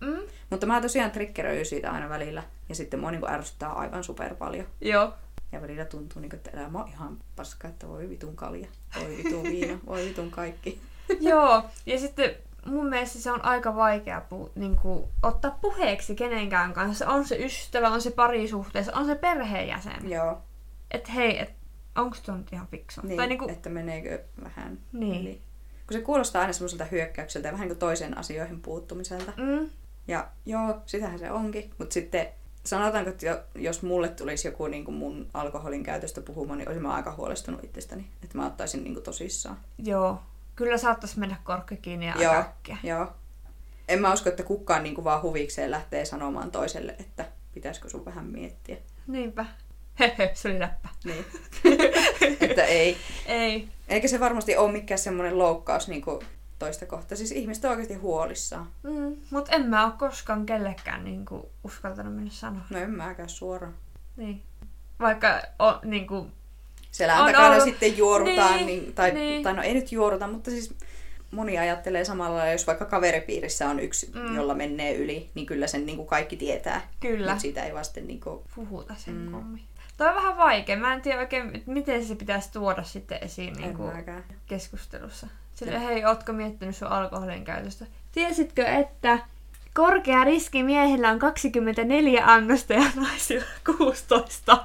[SPEAKER 2] Mm.
[SPEAKER 1] Mutta mä tosiaan triggeröin siitä aina välillä. Ja sitten mua niinku ärsyttää aivan super paljon.
[SPEAKER 2] Joo.
[SPEAKER 1] Ja välillä tuntuu, niinku, että elämä on ihan paska, että voi vitun kalja, voi vitun viina, voi vitun
[SPEAKER 2] (laughs)
[SPEAKER 1] kaikki.
[SPEAKER 2] (laughs) Joo, ja sitten mun mielestä se on aika vaikea pu- niinku, ottaa puheeksi kenenkään kanssa. On se ystävä, on se parisuhteessa, on se perheenjäsen.
[SPEAKER 1] Joo,
[SPEAKER 2] Että hei, et, onko tuo nyt ihan fiksu?
[SPEAKER 1] niin,
[SPEAKER 2] tai niinku,
[SPEAKER 1] että meneekö vähän
[SPEAKER 2] niin.
[SPEAKER 1] Eli, kun se kuulostaa aina semmoiselta hyökkäykseltä ja vähän niin kuin toisen asioihin puuttumiselta.
[SPEAKER 2] Mm,
[SPEAKER 1] Ja joo, sitähän se onkin. Mutta sitten sanotaanko, että jo- jos mulle tulisi joku niin kuin mun alkoholin käytöstä puhumaan, niin olisin mä aika huolestunut itsestäni. Että mä ottaisin niin kuin tosissaan.
[SPEAKER 2] joo. Kyllä saattaisi mennä korkki kiinni ja
[SPEAKER 1] Joo.
[SPEAKER 2] aika äkkiä.
[SPEAKER 1] Joo. En mä usko, että kukaan niin kuin vaan huvikseen lähtee sanomaan toiselle, että pitäisikö sun vähän miettiä.
[SPEAKER 2] Niinpä. (laughs) Hehe, se oli läppä.
[SPEAKER 1] Niin. että ei.
[SPEAKER 2] Ei.
[SPEAKER 1] Eikä se varmasti ole mikään semmoinen loukkaus niin kuin toista kohtaa. Siis ihmiset on oikeasti huolissaan.
[SPEAKER 2] Mm, mut en mä oo koskaan kellekään niinku, uskaltanut mennä sanoa.
[SPEAKER 1] No en mäkään suoraan.
[SPEAKER 2] Niin. Vaikka o, niinku,
[SPEAKER 1] Selän
[SPEAKER 2] On
[SPEAKER 1] takana
[SPEAKER 2] ollut.
[SPEAKER 1] sitten juorutaan, niin,
[SPEAKER 2] Niin,
[SPEAKER 1] niin, tai,
[SPEAKER 2] niin.
[SPEAKER 1] tai no ei nyt juoruta, mutta siis moni ajattelee samalla lailla, jos vaikka kaveripiirissä on yksi, mm.
[SPEAKER 2] Mm.
[SPEAKER 1] jolla menee yli, niin kyllä sen niin kuin kaikki tietää.
[SPEAKER 2] kyllä.
[SPEAKER 1] Mutta siitä ei vasten niin kuin,
[SPEAKER 2] puhuta sen
[SPEAKER 1] Mm.
[SPEAKER 2] mm. kummin. Tämä on vähän vaikea. Mä en tiedä oikein, että miten se pitäisi tuoda sitten esiin niin
[SPEAKER 1] En
[SPEAKER 2] kuin
[SPEAKER 1] mäkään.
[SPEAKER 2] keskustelussa. Sille, hei, ootko miettinyt sun alkoholin käytöstä? Tiesitkö, että korkea riski miehillä on 24 annosta ja naisilla 16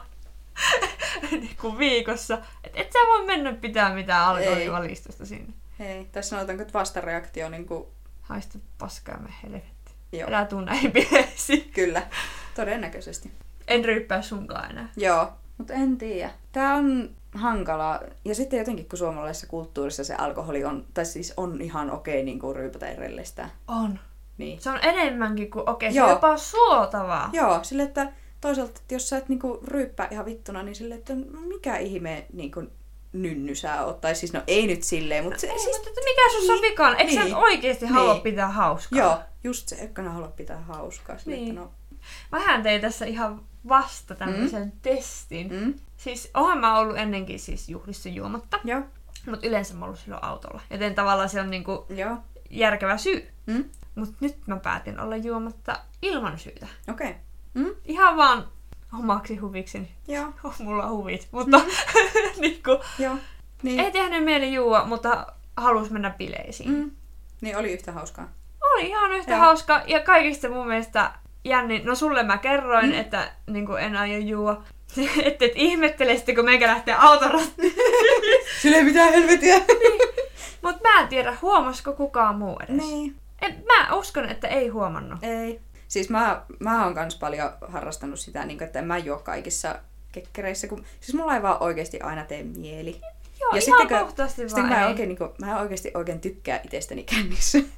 [SPEAKER 2] (laughs) niin kuin viikossa. Et, et sä voi mennä pitää mitään alkoholivalistusta sinne.
[SPEAKER 1] Hei, tässä sanotaanko, että vastareaktio niin kuin,
[SPEAKER 2] Haista paskaa me helvetti.
[SPEAKER 1] Joo.
[SPEAKER 2] Älä tuu (laughs) näihin bileisiin.
[SPEAKER 1] kyllä, todennäköisesti.
[SPEAKER 2] En ryyppää sunkaan enää.
[SPEAKER 1] Joo, mutta en tiedä. Tämä on hankalaa. Ja sitten jotenkin, kun suomalaisessa kulttuurissa se alkoholi on, tai siis on ihan okei niin kuin ryypätä erillistä.
[SPEAKER 2] On.
[SPEAKER 1] Niin.
[SPEAKER 2] Se on enemmänkin kuin okei, se
[SPEAKER 1] Joo.
[SPEAKER 2] on jopa suotavaa.
[SPEAKER 1] Joo, sille, että toisaalta, että jos sä et niinku ryyppää ihan vittuna, niin sille, että no mikä ihme niinku nynny sä oot. Tai siis, no ei nyt silleen, mutta se,
[SPEAKER 2] Ei,
[SPEAKER 1] siis,
[SPEAKER 2] mutta että mikä sussa on
[SPEAKER 1] Niin.
[SPEAKER 2] vikaan? Eikö sä
[SPEAKER 1] Niin.
[SPEAKER 2] oikeesti halua
[SPEAKER 1] Niin.
[SPEAKER 2] pitää hauskaa?
[SPEAKER 1] joo, just se, eikä halua pitää hauskaa. Sille,
[SPEAKER 2] Niin.
[SPEAKER 1] että no,
[SPEAKER 2] Mähän tein tässä ihan vasta tämmöisen testin.
[SPEAKER 1] mm,
[SPEAKER 2] Siis oonhan mä ollut ennenkin siis juhlissa juomatta,
[SPEAKER 1] joo,
[SPEAKER 2] mutta yleensä mä oon ollut silloin autolla. Joten tavallaan se on niinku
[SPEAKER 1] joo,
[SPEAKER 2] järkevä syy.
[SPEAKER 1] mm,
[SPEAKER 2] Mutta nyt mä päätin olla juomatta ilman syytä.
[SPEAKER 1] okei, okay. mm,
[SPEAKER 2] Ihan vaan omaksi huviksi.
[SPEAKER 1] joo,
[SPEAKER 2] Oh, (laughs) mulla on huvit, mutta (laughs) niinku,
[SPEAKER 1] joo. Mm. Niin,
[SPEAKER 2] ei tehnyt mieli juua, mutta halus mennä bileisiin.
[SPEAKER 1] mm, niin oli yhtä hauskaa.
[SPEAKER 2] Oli ihan yhtä
[SPEAKER 1] Joo.
[SPEAKER 2] hauska ja kaikista mun mielestä jännin. No sulle mä kerroin, mm. että niin en aio juua. (laughs) Että et ihmettele sitten, kun meikä lähtee autorattiin.
[SPEAKER 1] Sille mitään helvetiä.
[SPEAKER 2] Mutta mä en tiedä, huomasiko kukaan muu edes.
[SPEAKER 1] niin.
[SPEAKER 2] En, mä uskon, että ei huomannut.
[SPEAKER 1] Ei. Siis mä, mä oon kans paljon harrastanut sitä, niin että en mä juo kaikissa kekkereissä. Kun, siis mulla ei vaan oikeasti aina tee mieli.
[SPEAKER 2] Joo,
[SPEAKER 1] Ja
[SPEAKER 2] ja
[SPEAKER 1] sitten
[SPEAKER 2] ihan
[SPEAKER 1] kun-
[SPEAKER 2] kohtaisesti
[SPEAKER 1] Sitten
[SPEAKER 2] vaan
[SPEAKER 1] mä, en
[SPEAKER 2] ei.
[SPEAKER 1] oikein, niin kuin, mä en oikeasti oikein tykkää itsestäni kännissä. (laughs)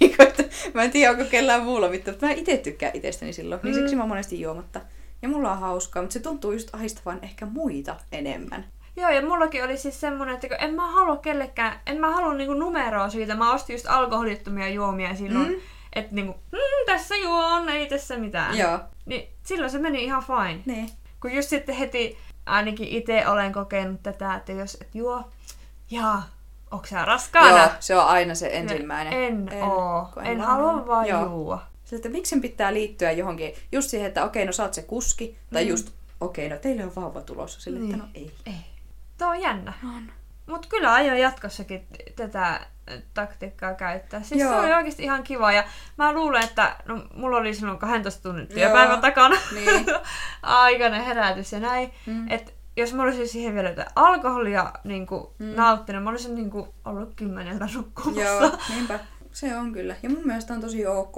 [SPEAKER 1] Niinku, että mä en tiedä, onko kellään muulla mitään, mutta mä itse tykkään itsestäni silloin. Niin
[SPEAKER 2] Mm.
[SPEAKER 1] siksi mä oon monesti juomatta. Ja mulla on hauskaa, mutta se tuntuu just ahistavan ehkä muita enemmän.
[SPEAKER 2] Joo, ja mullakin oli siis semmonen, että kun en mä halua kellekään, en mä halua niinku numeroa siitä. Mä ostin just alkoholittomia juomia silloin.
[SPEAKER 1] Mm.
[SPEAKER 2] Mm. Että niinku, mm, tässä juon, ei tässä mitään.
[SPEAKER 1] Joo,
[SPEAKER 2] Niin silloin se meni ihan fine.
[SPEAKER 1] niin.
[SPEAKER 2] Kun just sitten heti, ainakin itse olen kokenut tätä, että jos et juo, jaa, onko sä raskaana? Niin
[SPEAKER 1] Joo, se on aina se ensimmäinen.
[SPEAKER 2] En, en oo.
[SPEAKER 1] kun
[SPEAKER 2] En, en
[SPEAKER 1] vaan
[SPEAKER 2] halua
[SPEAKER 1] halua.
[SPEAKER 2] vaan
[SPEAKER 1] Joo.
[SPEAKER 2] juua.
[SPEAKER 1] Sillä, että miksi sen pitää liittyä johonkin, just siihen, että okei, no sä oot se kuski, tai
[SPEAKER 2] Mm.
[SPEAKER 1] mm. just, okei, no teille on vauva tulossa, sillä
[SPEAKER 2] Niin.
[SPEAKER 1] että no ei.
[SPEAKER 2] Ei. Tuo on jännä.
[SPEAKER 1] On.
[SPEAKER 2] Mut kyllä aion jatkossakin t- tätä eh, taktiikkaa käyttää. Siis Joo. se
[SPEAKER 1] Joo.
[SPEAKER 2] oli oikeasti ihan kiva ja mä luulen, että no, mulla oli silloin 12 tunnin
[SPEAKER 1] Joo.
[SPEAKER 2] työpäivän takana
[SPEAKER 1] Niin.
[SPEAKER 2] (laughs) aikainen herätys ja näin.
[SPEAKER 1] Mm.
[SPEAKER 2] Et jos mä olisin siihen vielä jotain alkoholia niin mm.
[SPEAKER 1] Mm.
[SPEAKER 2] nauttinut, mä olisin niin kuin, ollut kymmeneltä nukkumassa.
[SPEAKER 1] Joo, niinpä. Se on kyllä. Ja mun mielestä on tosi ok.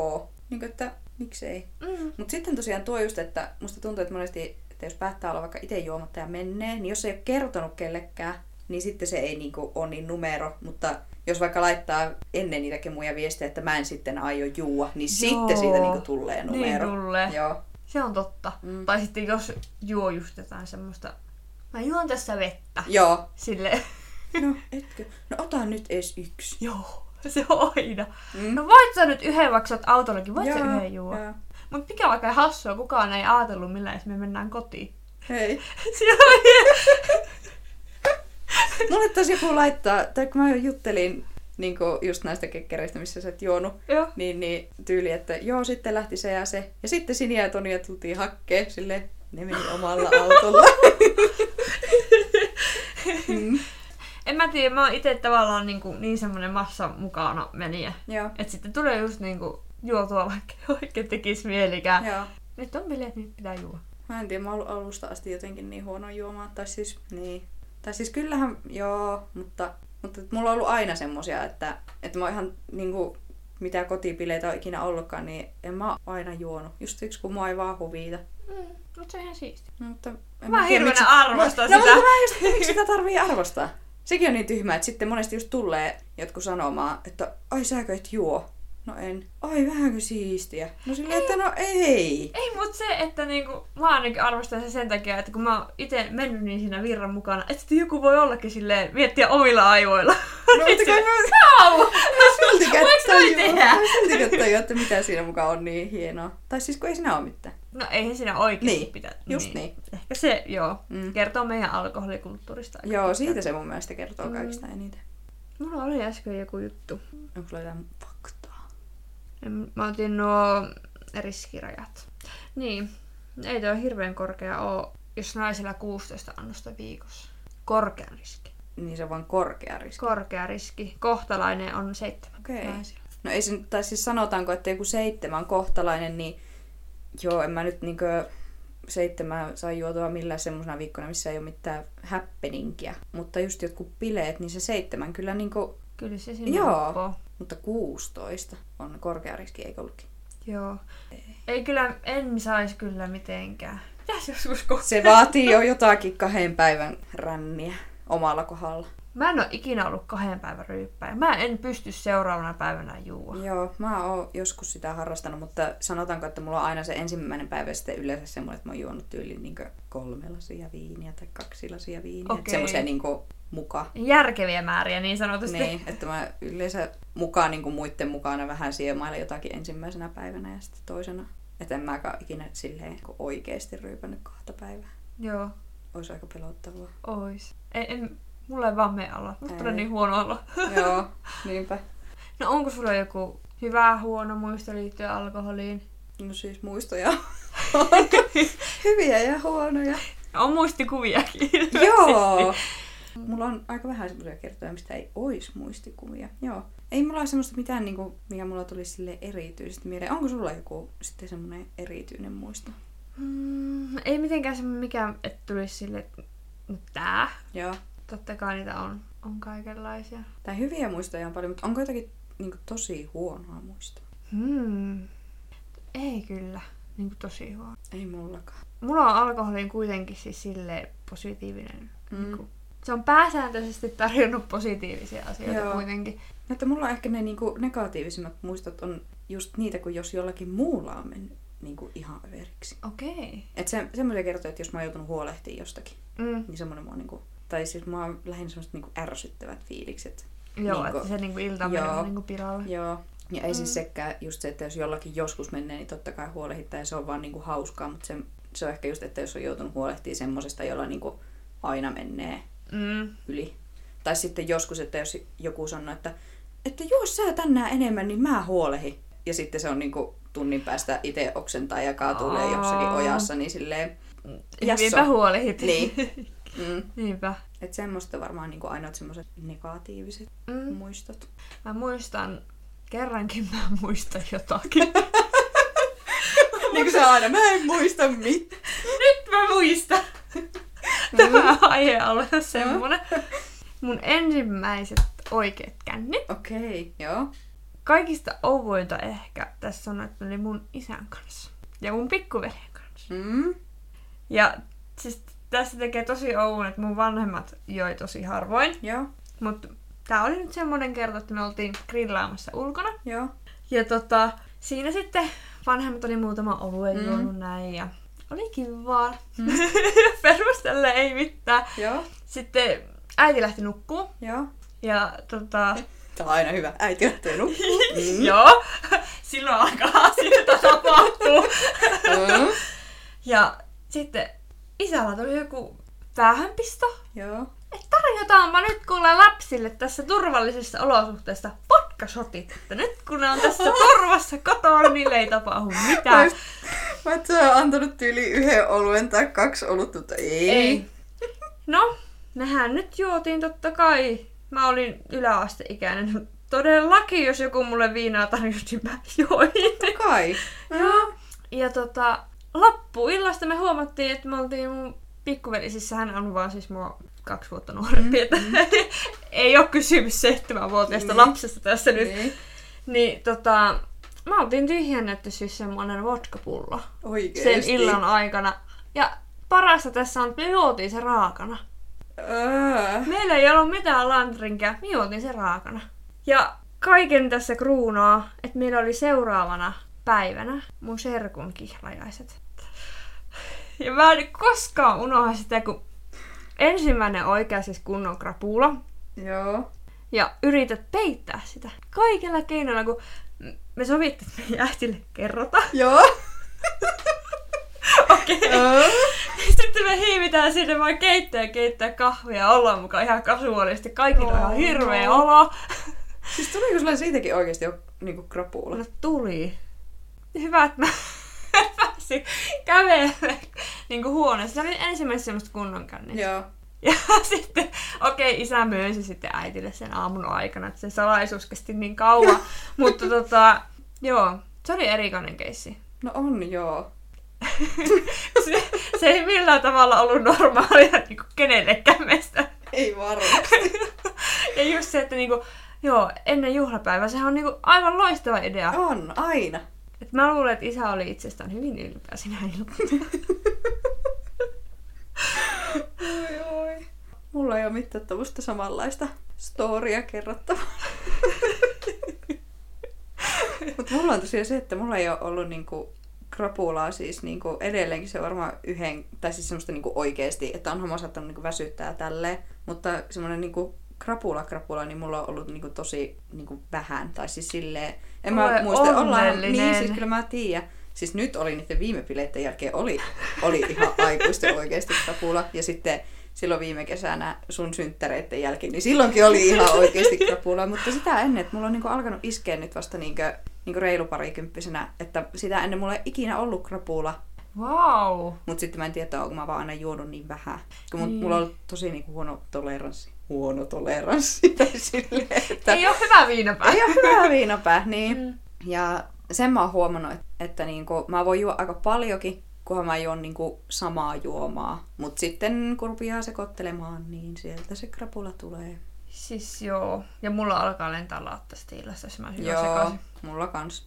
[SPEAKER 1] Niin kuin, että miksei.
[SPEAKER 2] Mm.
[SPEAKER 1] Mutta sitten tosiaan tuo just, että musta tuntuu, että monesti, että jos päättää olla vaikka itse juomatta ja menee, niin jos ei ole kertonut kellekään, niin sitten se ei niinku ole niin numero. Mutta jos vaikka laittaa ennen niitä kemuja viestejä, että mä en sitten aio juua, niin
[SPEAKER 2] Joo.
[SPEAKER 1] Joo. sitten siitä niinku tulee
[SPEAKER 2] Niin
[SPEAKER 1] numero.
[SPEAKER 2] tulee.
[SPEAKER 1] Joo.
[SPEAKER 2] Se on totta. Mm.
[SPEAKER 1] Mm.
[SPEAKER 2] Tai sitten jos juo just jotain semmoista, mä juon tässä vettä.
[SPEAKER 1] Joo.
[SPEAKER 2] Sille. (laughs)
[SPEAKER 1] No, etkö? No ota nyt edes yksi.
[SPEAKER 2] Joo, se on aina.
[SPEAKER 1] Mm.
[SPEAKER 2] No voit sä nyt yhden, vaikka sä oot autollakin, voit sä
[SPEAKER 1] Joo,
[SPEAKER 2] yhden juua.
[SPEAKER 1] joo.
[SPEAKER 2] Mut mikä vaikka ei hassua, kukaan ei ajatellut millä edes me mennään kotiin. (laughs)
[SPEAKER 1] Hei.
[SPEAKER 2] Siellä oli...
[SPEAKER 1] Mulle taas joku laittaa, tai kun mä jo juttelin niin just näistä kekkereistä, missä sä et juonut,
[SPEAKER 2] Joo.
[SPEAKER 1] niin, niin tyyli, että joo, sitten lähti se ja se. Ja sitten Sini ja Tonia tultiin hakkeen, sille ne meni (laughs) omalla autolla. mm.
[SPEAKER 2] En mä tiedä, mä oon itse tavallaan niin, kuin, niin semmonen massa mukana meniä.
[SPEAKER 1] Joo,
[SPEAKER 2] Et sitten tulee just niinku juotua, vaikka ei oikein tekis mielikään.
[SPEAKER 1] joo.
[SPEAKER 2] Nyt on bileet, nyt pitää juo.
[SPEAKER 1] Mä en tiedä, mä oon ollut alusta asti jotenkin niin huono juomaan. Tai siis, niin. Tai siis kyllähän, joo, mutta, mutta et mulla on ollut aina semmosia, että, että mä oon ihan niinku, mitä kotipileitä on ikinä ollutkaan, niin en mä oo aina juonut. Just yksi, kun mua ei vaan huviita.
[SPEAKER 2] Mm, mut se on ihan siisti.
[SPEAKER 1] No, mutta en
[SPEAKER 2] Mä
[SPEAKER 1] tiedä,
[SPEAKER 2] hirveänä
[SPEAKER 1] miksi-
[SPEAKER 2] arvostan
[SPEAKER 1] no,
[SPEAKER 2] sitä.
[SPEAKER 1] Mutta mä just, miksi sitä tarvii arvostaa? Sekin on niin tyhmää, että sitten monesti just tulee jotkut sanomaan, että ai säkö et juo? No en. Ai vähänkö siistiä? No silleen, että no ei.
[SPEAKER 2] Ei, mut se, että niinku, mä ainakin arvostan sen sen takia, että kun mä oon itse mennyt niin siinä virran mukana, että sitten joku voi ollakin silleen miettiä omilla aivoilla. (laughs)
[SPEAKER 1] No, mutta kai mä (laughs) No,
[SPEAKER 2] Au!
[SPEAKER 1] siltikään
[SPEAKER 2] Voiks toi tehdä?
[SPEAKER 1] tajua, siltikään tajua, että mitä siinä mukaan on niin hienoa. Tai siis kun ei siinä ole mitään.
[SPEAKER 2] No eihän siinä oikeasti
[SPEAKER 1] Niin,
[SPEAKER 2] pitää.
[SPEAKER 1] Just niin.
[SPEAKER 2] Ehkä se, joo,
[SPEAKER 1] Mm.
[SPEAKER 2] kertoo meidän alkoholikulttuurista. aika
[SPEAKER 1] niin. Joo,
[SPEAKER 2] pitkälti.
[SPEAKER 1] siitä se mun mielestä kertoo
[SPEAKER 2] Mm.
[SPEAKER 1] kaikista eniten.
[SPEAKER 2] Mulla oli äsken joku juttu.
[SPEAKER 1] Onko sulla jotain faktaa?
[SPEAKER 2] En- Mä otin nuo riskirajat. Niin, ei toi hirveän korkea oo. jos naisella 16 annosta viikossa. Korkea riski.
[SPEAKER 1] Niin se on vaan korkea riski.
[SPEAKER 2] Korkea riski. Kohtalainen on seitsemän
[SPEAKER 1] Okei.
[SPEAKER 2] naisilla.
[SPEAKER 1] No ei se nyt, tai siis sanotaanko, että joku seitsemän kohtalainen, niin joo, en mä nyt niinkö seitsemän saa juotua millään semmoisena viikkona, missä ei ole mitään häppeninkiä. Mutta just jotkut bileet, niin se seitsemän kyllä niinku,
[SPEAKER 2] Kyllä se sinne
[SPEAKER 1] Joo.
[SPEAKER 2] uppoo.
[SPEAKER 1] mutta 16 on korkea riski, eikö ollutkin?
[SPEAKER 2] Joo. Ei kyllä, en saisi kyllä mitenkään. Pitäisi joskus ko-
[SPEAKER 1] Se vaatii jo jotakin kahden päivän ränniä omalla kohdalla.
[SPEAKER 2] Mä en ole ikinä ollut kahden päivän ryyppäjä. Mä en pysty seuraavana päivänä juua.
[SPEAKER 1] Joo, mä oon joskus sitä harrastanut, mutta sanotaanko, että mulla on aina se ensimmäinen päivä sitten yleensä semmoinen, että mä oon juonut tyyliin niin kolme lasia viiniä tai kaksi lasia viiniä.
[SPEAKER 2] Okei.
[SPEAKER 1] Okay. Semmoisia niin muka.
[SPEAKER 2] Järkeviä määriä niin sanotusti.
[SPEAKER 1] Niin, että mä yleensä mukaan niin muiden mukana vähän siemailen jotakin ensimmäisenä päivänä ja sitten toisena. Että en mäkään ikinä silleen niin oikeasti ryypännyt kahta päivää.
[SPEAKER 2] Joo,
[SPEAKER 1] Olisi aika pelottavaa.
[SPEAKER 2] ois. En, en, mulle ei vaan mene alla. Musta
[SPEAKER 1] Ei.
[SPEAKER 2] tulee niin huono olla.
[SPEAKER 1] Joo, niinpä.
[SPEAKER 2] No onko sulla joku hyvä, huono muisto liittyen alkoholiin?
[SPEAKER 1] (laughs) No siis muistoja on (laughs) hyviä ja huonoja.
[SPEAKER 2] On muistikuviakin. (laughs)
[SPEAKER 1] Joo! Siis- Mulla on aika vähän semmoisia kertoja, mistä ei ois muistikuvia. Joo. Ei mulla ole semmoista mitään, niin kuin, mikä mulla tuli sille erityisesti mieleen. Onko sulla joku sitten semmoinen erityinen muisto?
[SPEAKER 2] Mm, ei mitenkään se mikään, että tulisi sille, että no tää.
[SPEAKER 1] Joo.
[SPEAKER 2] Totta kai niitä on. On kaikenlaisia.
[SPEAKER 1] Tai hyviä muistoja on paljon, mutta onko jotakin niin kuin, tosi huonoa muistoa?
[SPEAKER 2] Hmm. Ei kyllä. Niin kuin tosi huono.
[SPEAKER 1] Ei mullakaan.
[SPEAKER 2] Mulla on alkoholin kuitenkin siis silleen positiivinen.
[SPEAKER 1] Mm.
[SPEAKER 2] Mm. Se on pääsääntöisesti tarjonnut positiivisia asioita
[SPEAKER 1] Joo.
[SPEAKER 2] Joo. kuitenkin.
[SPEAKER 1] No, Että mulla ehkä ne niin kuin, negatiivisimmat muistot on just niitä, kun jos jollakin muulla on mennyt niin kuin, ihan överiksi.
[SPEAKER 2] Okei.
[SPEAKER 1] Että se, semmoisia kertoja, että jos mä oon joutunut huolehtimaan jostakin,
[SPEAKER 2] Mm.
[SPEAKER 1] niin semmoinen mua niinku, tai siis mä oon lähinnä semmoiset niinku ärsyttävät fiilikset.
[SPEAKER 2] Joo,
[SPEAKER 1] Niinku-
[SPEAKER 2] että se niinku ilta on
[SPEAKER 1] Joo.
[SPEAKER 2] mennyt niinku pilalle.
[SPEAKER 1] Joo. Ja ei mm.
[SPEAKER 2] Mm.
[SPEAKER 1] siis sekään just se, että jos jollakin joskus menee, niin totta kai huolehittaa ja se on vaan niinku hauskaa, mutta se, se on ehkä just, että jos on joutunut huolehtimaan semmoisesta, jolla niinku aina menee
[SPEAKER 2] Mm.
[SPEAKER 1] yli. Tai sitten joskus, että jos joku sanoo, että, että jos sä tänään enemmän, niin mä huolehin. Ja sitten se on niinku tunnin päästä itse oksentaa ja kaatuilee
[SPEAKER 2] Aa.
[SPEAKER 1] jossakin ojassa, niin silleen... Jasso.
[SPEAKER 2] Hyvinpä huolehit.
[SPEAKER 1] Niin. Mm.
[SPEAKER 2] (laughs) Niinpä.
[SPEAKER 1] Että semmoista varmaan niinku ainoat semmoiset negatiiviset
[SPEAKER 2] Mm.
[SPEAKER 1] muistot.
[SPEAKER 2] Mä muistan, kerrankin mä muistan
[SPEAKER 1] (laughs)
[SPEAKER 2] jotakin.
[SPEAKER 1] (laughs) Niin kuin se aina, mä en muista mitään.
[SPEAKER 2] Nyt mä muistan. Tämä aihe on ollut
[SPEAKER 1] (laughs)
[SPEAKER 2] semmonen. Mun ensimmäiset oikeat kännit.
[SPEAKER 1] Okei, joo.
[SPEAKER 2] Kaikista ouvointa ehkä tässä on, että ne oli mun isän kanssa. Ja mun pikkuveljen kanssa.
[SPEAKER 1] Mm.
[SPEAKER 2] Ja siis tässä tekee tosi oudon, että mun vanhemmat joi tosi harvoin.
[SPEAKER 1] Joo,
[SPEAKER 2] Mutta tää oli nyt semmonen kerta, että me oltiin grillaamassa ulkona.
[SPEAKER 1] joo.
[SPEAKER 2] Ja tota, siinä sitten vanhemmat oli muutama olue
[SPEAKER 1] Mm.
[SPEAKER 2] mm. juonut näin ja oli kivaa. (laughs) Mm. Perustelle ei mitään.
[SPEAKER 1] Joo,
[SPEAKER 2] Sitten äiti lähti nukkuu
[SPEAKER 1] joo.
[SPEAKER 2] ja tota...
[SPEAKER 1] Tää on aina hyvä. Äiti lähtee nukkumaan. (laughs)
[SPEAKER 2] Mm. Joo, (laughs) silloin alkaa asioita tapahtuu.
[SPEAKER 1] Mm.
[SPEAKER 2] Ja sitten isällä tuli joku päähänpisto.
[SPEAKER 1] Joo.
[SPEAKER 2] Että tarjotaanpa nyt kuule lapsille tässä turvallisessa olosuhteessa vodkasotit. Että nyt kun ne on tässä turvassa kotona, niille ei tapahdu
[SPEAKER 1] Mä
[SPEAKER 2] mitään.
[SPEAKER 1] just- Mä et sä oon antanut tyyli yhden oluen tai kaksi olutta, mutta ei.
[SPEAKER 2] Ei. No, mehän nyt juotiin totta kai. Mä olin yläasteikäinen. Todellakin, jos joku mulle viinaa tarjosi, niin mä join.
[SPEAKER 1] Kai.
[SPEAKER 2] Joo. Ja tota, loppuillasta me huomattiin, että me oltiin mun pikkuvelisissä, hän on vaan siis mua kaksi vuotta nuorempi, että (laughs) ei ole kysymys seitsemänvuotiaasta
[SPEAKER 1] Mm-hmm. Niin.
[SPEAKER 2] lapsesta tässä nyt.
[SPEAKER 1] Niin.
[SPEAKER 2] Niin tota, mä oltiin tyhjennetty siis semmonen vodkapullo
[SPEAKER 1] Oikeesti.
[SPEAKER 2] sen illan aikana. Ja parasta tässä on, että me juotiin se raakana.
[SPEAKER 1] Ää.
[SPEAKER 2] Meillä ei ollut mitään lantrinkia, me juotiin se raakana. Ja kaiken tässä kruunaa, että meillä oli seuraavana päivänä mun serkun kihlajaiset. Ja mä en koskaan unohda sitä, kun ensimmäinen oikea siis kunnon krapula.
[SPEAKER 1] Joo.
[SPEAKER 2] Ja yrität peittää sitä kaikella keinolla, kun me sovittiin, että me ei äitille kerrota.
[SPEAKER 1] Joo.
[SPEAKER 2] Okei.
[SPEAKER 1] Ää.
[SPEAKER 2] (laughs) Sitten me hiivitään sinne vaan keittää ja keittää kahvia ollaan mukaan ihan kasuaalisti. Kaikilla on ihan
[SPEAKER 1] Oh.
[SPEAKER 2] hirveä olo.
[SPEAKER 1] Siis tuliko sulle siitäkin oikeesti jo niinku krapula?
[SPEAKER 2] (laughs) No tuli. Hyvä, että mä Lassi kävelee niin kuin huoneessa. Se oli ensimmäistä semmoista kunnon kännistä.
[SPEAKER 1] Joo.
[SPEAKER 2] Ja (laughs) sitten, okei, isä myönsi sitten äitille sen aamun aikana, että se salaisuus kesti niin kauan. Mutta tota, joo, se oli erikoinen keissi. (laughs)
[SPEAKER 1] No on joo.
[SPEAKER 2] Se, se ei millään tavalla ollut normaalia niin kuin kenellekään meistä.
[SPEAKER 1] Ei varmaan.
[SPEAKER 2] Ja just se, että niin kuin, joo, ennen juhlapäivää, sehän on niin kuin aivan loistava idea.
[SPEAKER 1] On, aina.
[SPEAKER 2] Et mä luulen, että isä oli itsestään hyvin ylpeä sinä iltana.
[SPEAKER 1] Oi, oi. Mulla ei ole mitään tämmöistä samanlaista storia (laughs) kerrottavaa. Mutta mulla on tosiaan se, että mulla ei ole ollut niinku krapulaa siis niinku edelleenkin se varmaan yhden, tai siis semmoista niinku oikeesti, että onhan mä saattanut niinku väsyttää ja tälleen, mutta semmoinen niinku krapula krapula, niin mulla on ollut niinku tosi niinku vähän, tai siis silleen, en mä
[SPEAKER 2] Ole
[SPEAKER 1] muista, ollaan, niin
[SPEAKER 2] onnellinen.
[SPEAKER 1] siis kyllä mä tiedän, Siis nyt oli niiden viime bileiden jälkeen oli, oli ihan aikuisten oikeasti krapula. Ja sitten silloin viime kesänä sun synttäreiden jälkeen, niin silloinkin oli ihan oikeasti krapula. Mutta sitä ennen, että mulla on niinku alkanut iskeä nyt vasta niinku, niinku reilu parikymppisenä, että sitä ennen mulla ei ikinä ollut krapula.
[SPEAKER 2] Wow.
[SPEAKER 1] Mutta sitten mä en tiedä, onko mä vaan aina juonut niin vähän. Kun mun, mulla on ollut tosi niinku huono toleranssi. Huono toleranssi. (laughs) Tai silleen, että...
[SPEAKER 2] Ei ole hyvä viinapää.
[SPEAKER 1] Ei ole hyvä viinapää, niin. Mm. Ja sen mä oon huomannut, että, että niinku, mä voin juo aika paljonkin, kunhan mä juon niinku samaa juomaa. Mut sitten kun rupeaa sekoittelemaan, niin sieltä se krapula tulee.
[SPEAKER 2] Siis joo. Ja mulla alkaa lentää laattasta illasta, jos mä hyvä
[SPEAKER 1] Joo,
[SPEAKER 2] sekaisin.
[SPEAKER 1] mulla kans.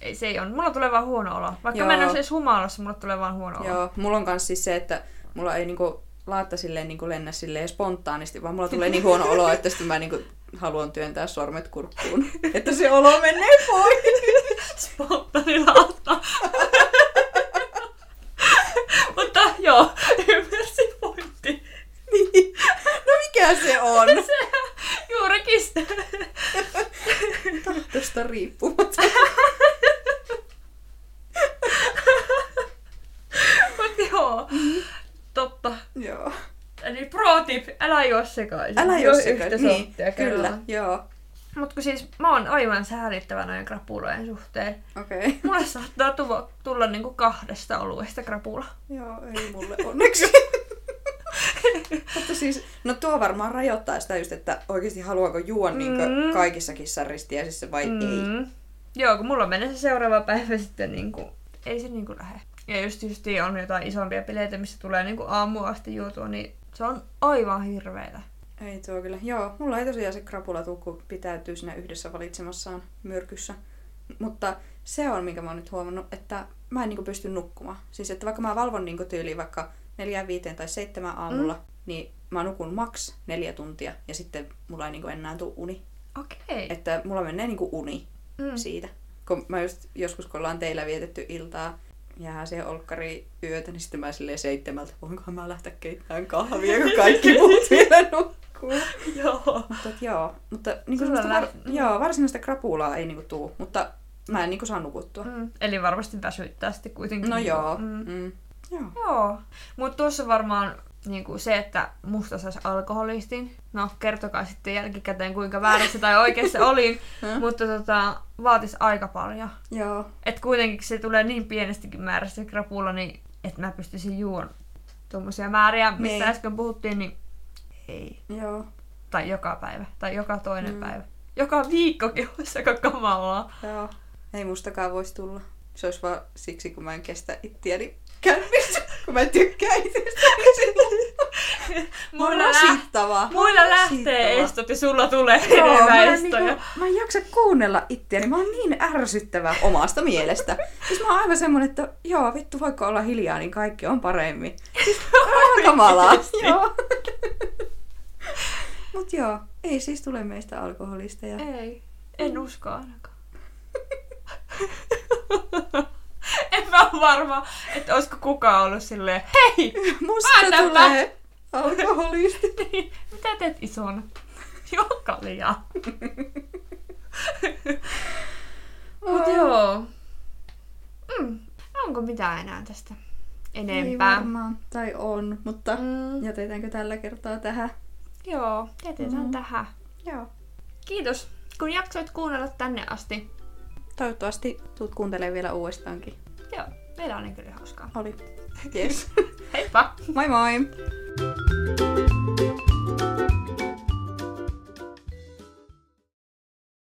[SPEAKER 2] Ei, se ei on. Mulla tulee vaan huono olo. Vaikka
[SPEAKER 1] Joo.
[SPEAKER 2] mä en olisi edes humalassa, mulla tulee vaan huono olo.
[SPEAKER 1] Joo, mulla on kans siis se, että mulla ei niinku laatta silleen niinku lennä silleen spontaanisti, vaan mulla tulee niin huono olo, että sitten mä niinku haluan työntää sormet kurkkuun. (laughs) että se olo menee pois.
[SPEAKER 2] (laughs) Spontaani laatta. (laughs) Mutta joo, ymmärsin pointti. (laughs)
[SPEAKER 1] Niin. (laughs) No mikä se on?
[SPEAKER 2] Sehän juurikin se.
[SPEAKER 1] Tahtosta riippumatta.
[SPEAKER 2] Mut joo. Totta.
[SPEAKER 1] Joo.
[SPEAKER 2] Eli pro tip, älä juo sekaisin.
[SPEAKER 1] Älä
[SPEAKER 2] Juo
[SPEAKER 1] jos sekä.
[SPEAKER 2] yhtä
[SPEAKER 1] Niin,
[SPEAKER 2] sorttia
[SPEAKER 1] kyllä,
[SPEAKER 2] kerrallaan.
[SPEAKER 1] joo.
[SPEAKER 2] Mut kun siis mä oon aivan säälittävä noiden krapulojen suhteen.
[SPEAKER 1] Okei. Okay. (laughs)
[SPEAKER 2] Mulle saattaa tuvo, tulla niinku kahdesta olueesta krapula.
[SPEAKER 1] Joo, ei mulle onneksi. (laughs) Mutta siis, no tuo varmaan rajoittaa sitä just, että oikeasti haluaako juo niin
[SPEAKER 2] Mm.
[SPEAKER 1] kaikissa kissanristiäisissä vai mm. ei.
[SPEAKER 2] Mm. Joo, kun mulla menee se seuraava päivä sitten niinku, ei se niinku lähe. Ja just justi on jotain isompia bileitä, missä tulee niinku aamu asti juotua, niin se on aivan hirveetä.
[SPEAKER 1] Ei tuo kyllä. Joo, mulla ei tosiaan se krapula tuu, kun pitäytyy siinä yhdessä valitsemassaan myrkyssä. M- Mutta se on, minkä mä oon nyt huomannut, että mä en niinku pysty nukkumaan. Siis että vaikka mä valvon niinku tyyliin vaikka neljään, viiteen tai seitsemän aamulla, mm. niin mä nukun maks neljä tuntia ja sitten mulla ei niinku enää tuu uni.
[SPEAKER 2] Okei. Okay.
[SPEAKER 1] että mulla menee niinku uni
[SPEAKER 2] Mm.
[SPEAKER 1] mm. siitä. Kun mä just joskus, kun ollaan teillä vietetty iltaa, jää siihen olkkari yötä, niin sitten mä silleen seitsemältä, voinkohan mä lähteä keittämään kahvia, kun kaikki muut vielä nukkuu.
[SPEAKER 2] (laughs) Joo.
[SPEAKER 1] Mutta et joo, mutta niinku
[SPEAKER 2] Sulla
[SPEAKER 1] semmoista var-
[SPEAKER 2] lä- mm.
[SPEAKER 1] joo, varsinaista krapulaa ei niinku tuu, mutta mä en niinku saa nukuttua.
[SPEAKER 2] Mm. Eli varmasti väsyttää sitten kuitenkin.
[SPEAKER 1] No joo.
[SPEAKER 2] Mm.
[SPEAKER 1] Mm. Joo.
[SPEAKER 2] Joo. Mutta tuossa varmaan niinku se, että musta saisi alkoholistin. No, kertokaa sitten jälkikäteen, kuinka väärässä tai
[SPEAKER 1] (laughs)
[SPEAKER 2] oikeassa olin.
[SPEAKER 1] Mm.
[SPEAKER 2] Mutta tota, vaatis aika paljon.
[SPEAKER 1] Joo.
[SPEAKER 2] Et kuitenkin se tulee niin pienestikin määrästä se krapula, niin että mä pystyisin juon tuommoisia määriä, mistä
[SPEAKER 1] Niin.
[SPEAKER 2] äsken puhuttiin, niin ei.
[SPEAKER 1] Joo.
[SPEAKER 2] Tai joka päivä, tai joka toinen
[SPEAKER 1] Mm.
[SPEAKER 2] päivä. Joka viikkokin (laughs) olisi aika kamalaa.
[SPEAKER 1] Joo. Ei mustakaan voisi tulla. Se olisi vaan siksi, kun mä en kestä ittiäni kännissä, kun mä en tykkää itsestäni
[SPEAKER 2] (laughs)
[SPEAKER 1] silloin. Mä oon
[SPEAKER 2] Muilla, lä-
[SPEAKER 1] rasittava.
[SPEAKER 2] muilla lähtee
[SPEAKER 1] Rasittava.
[SPEAKER 2] estot ja sulla tulee
[SPEAKER 1] Joo, mä
[SPEAKER 2] enemmän
[SPEAKER 1] en,
[SPEAKER 2] estoja.
[SPEAKER 1] niinku, mä en jaksa kuunnella itseäni. Mä oon niin ärsyttävä omasta mielestä. Siis mä oon aivan semmonen, että joo, vittu, voiko olla hiljaa, niin kaikki on paremmin.
[SPEAKER 2] (laughs)
[SPEAKER 1] Siis aivan kamalaa. joo. Mut joo, ei siis tule meistä alkoholisteja.
[SPEAKER 2] Ei, en
[SPEAKER 1] Mm.
[SPEAKER 2] usko ainakaan. (laughs) en mä ole varma, että olisiko kukaan ollut silleen, hei,
[SPEAKER 1] (laughs)
[SPEAKER 2] (laughs)
[SPEAKER 1] Musta
[SPEAKER 2] Annapa.
[SPEAKER 1] tulee alkoholisti.
[SPEAKER 2] Niin, Mitä teet (laughs) isona? Juo kaljaa. (laughs) Mut joo. Mm. Onko mitään enää tästä
[SPEAKER 1] Ei
[SPEAKER 2] enempää?
[SPEAKER 1] varmaan, tai on, mutta
[SPEAKER 2] Mm.
[SPEAKER 1] jätetäänkö tällä kertaa tähän?
[SPEAKER 2] Joo, jätetään
[SPEAKER 1] Mm.
[SPEAKER 2] tähän.
[SPEAKER 1] Joo.
[SPEAKER 2] Kiitos, kun jaksoit kuunnella tänne asti.
[SPEAKER 1] Toivottavasti tuut kuuntelemaan vielä uudestaankin.
[SPEAKER 2] Joo, Teillä on niin kyllä hauskaa. (laughs)
[SPEAKER 1] Oli. Yes.
[SPEAKER 2] Heippa!
[SPEAKER 1] Moi moi!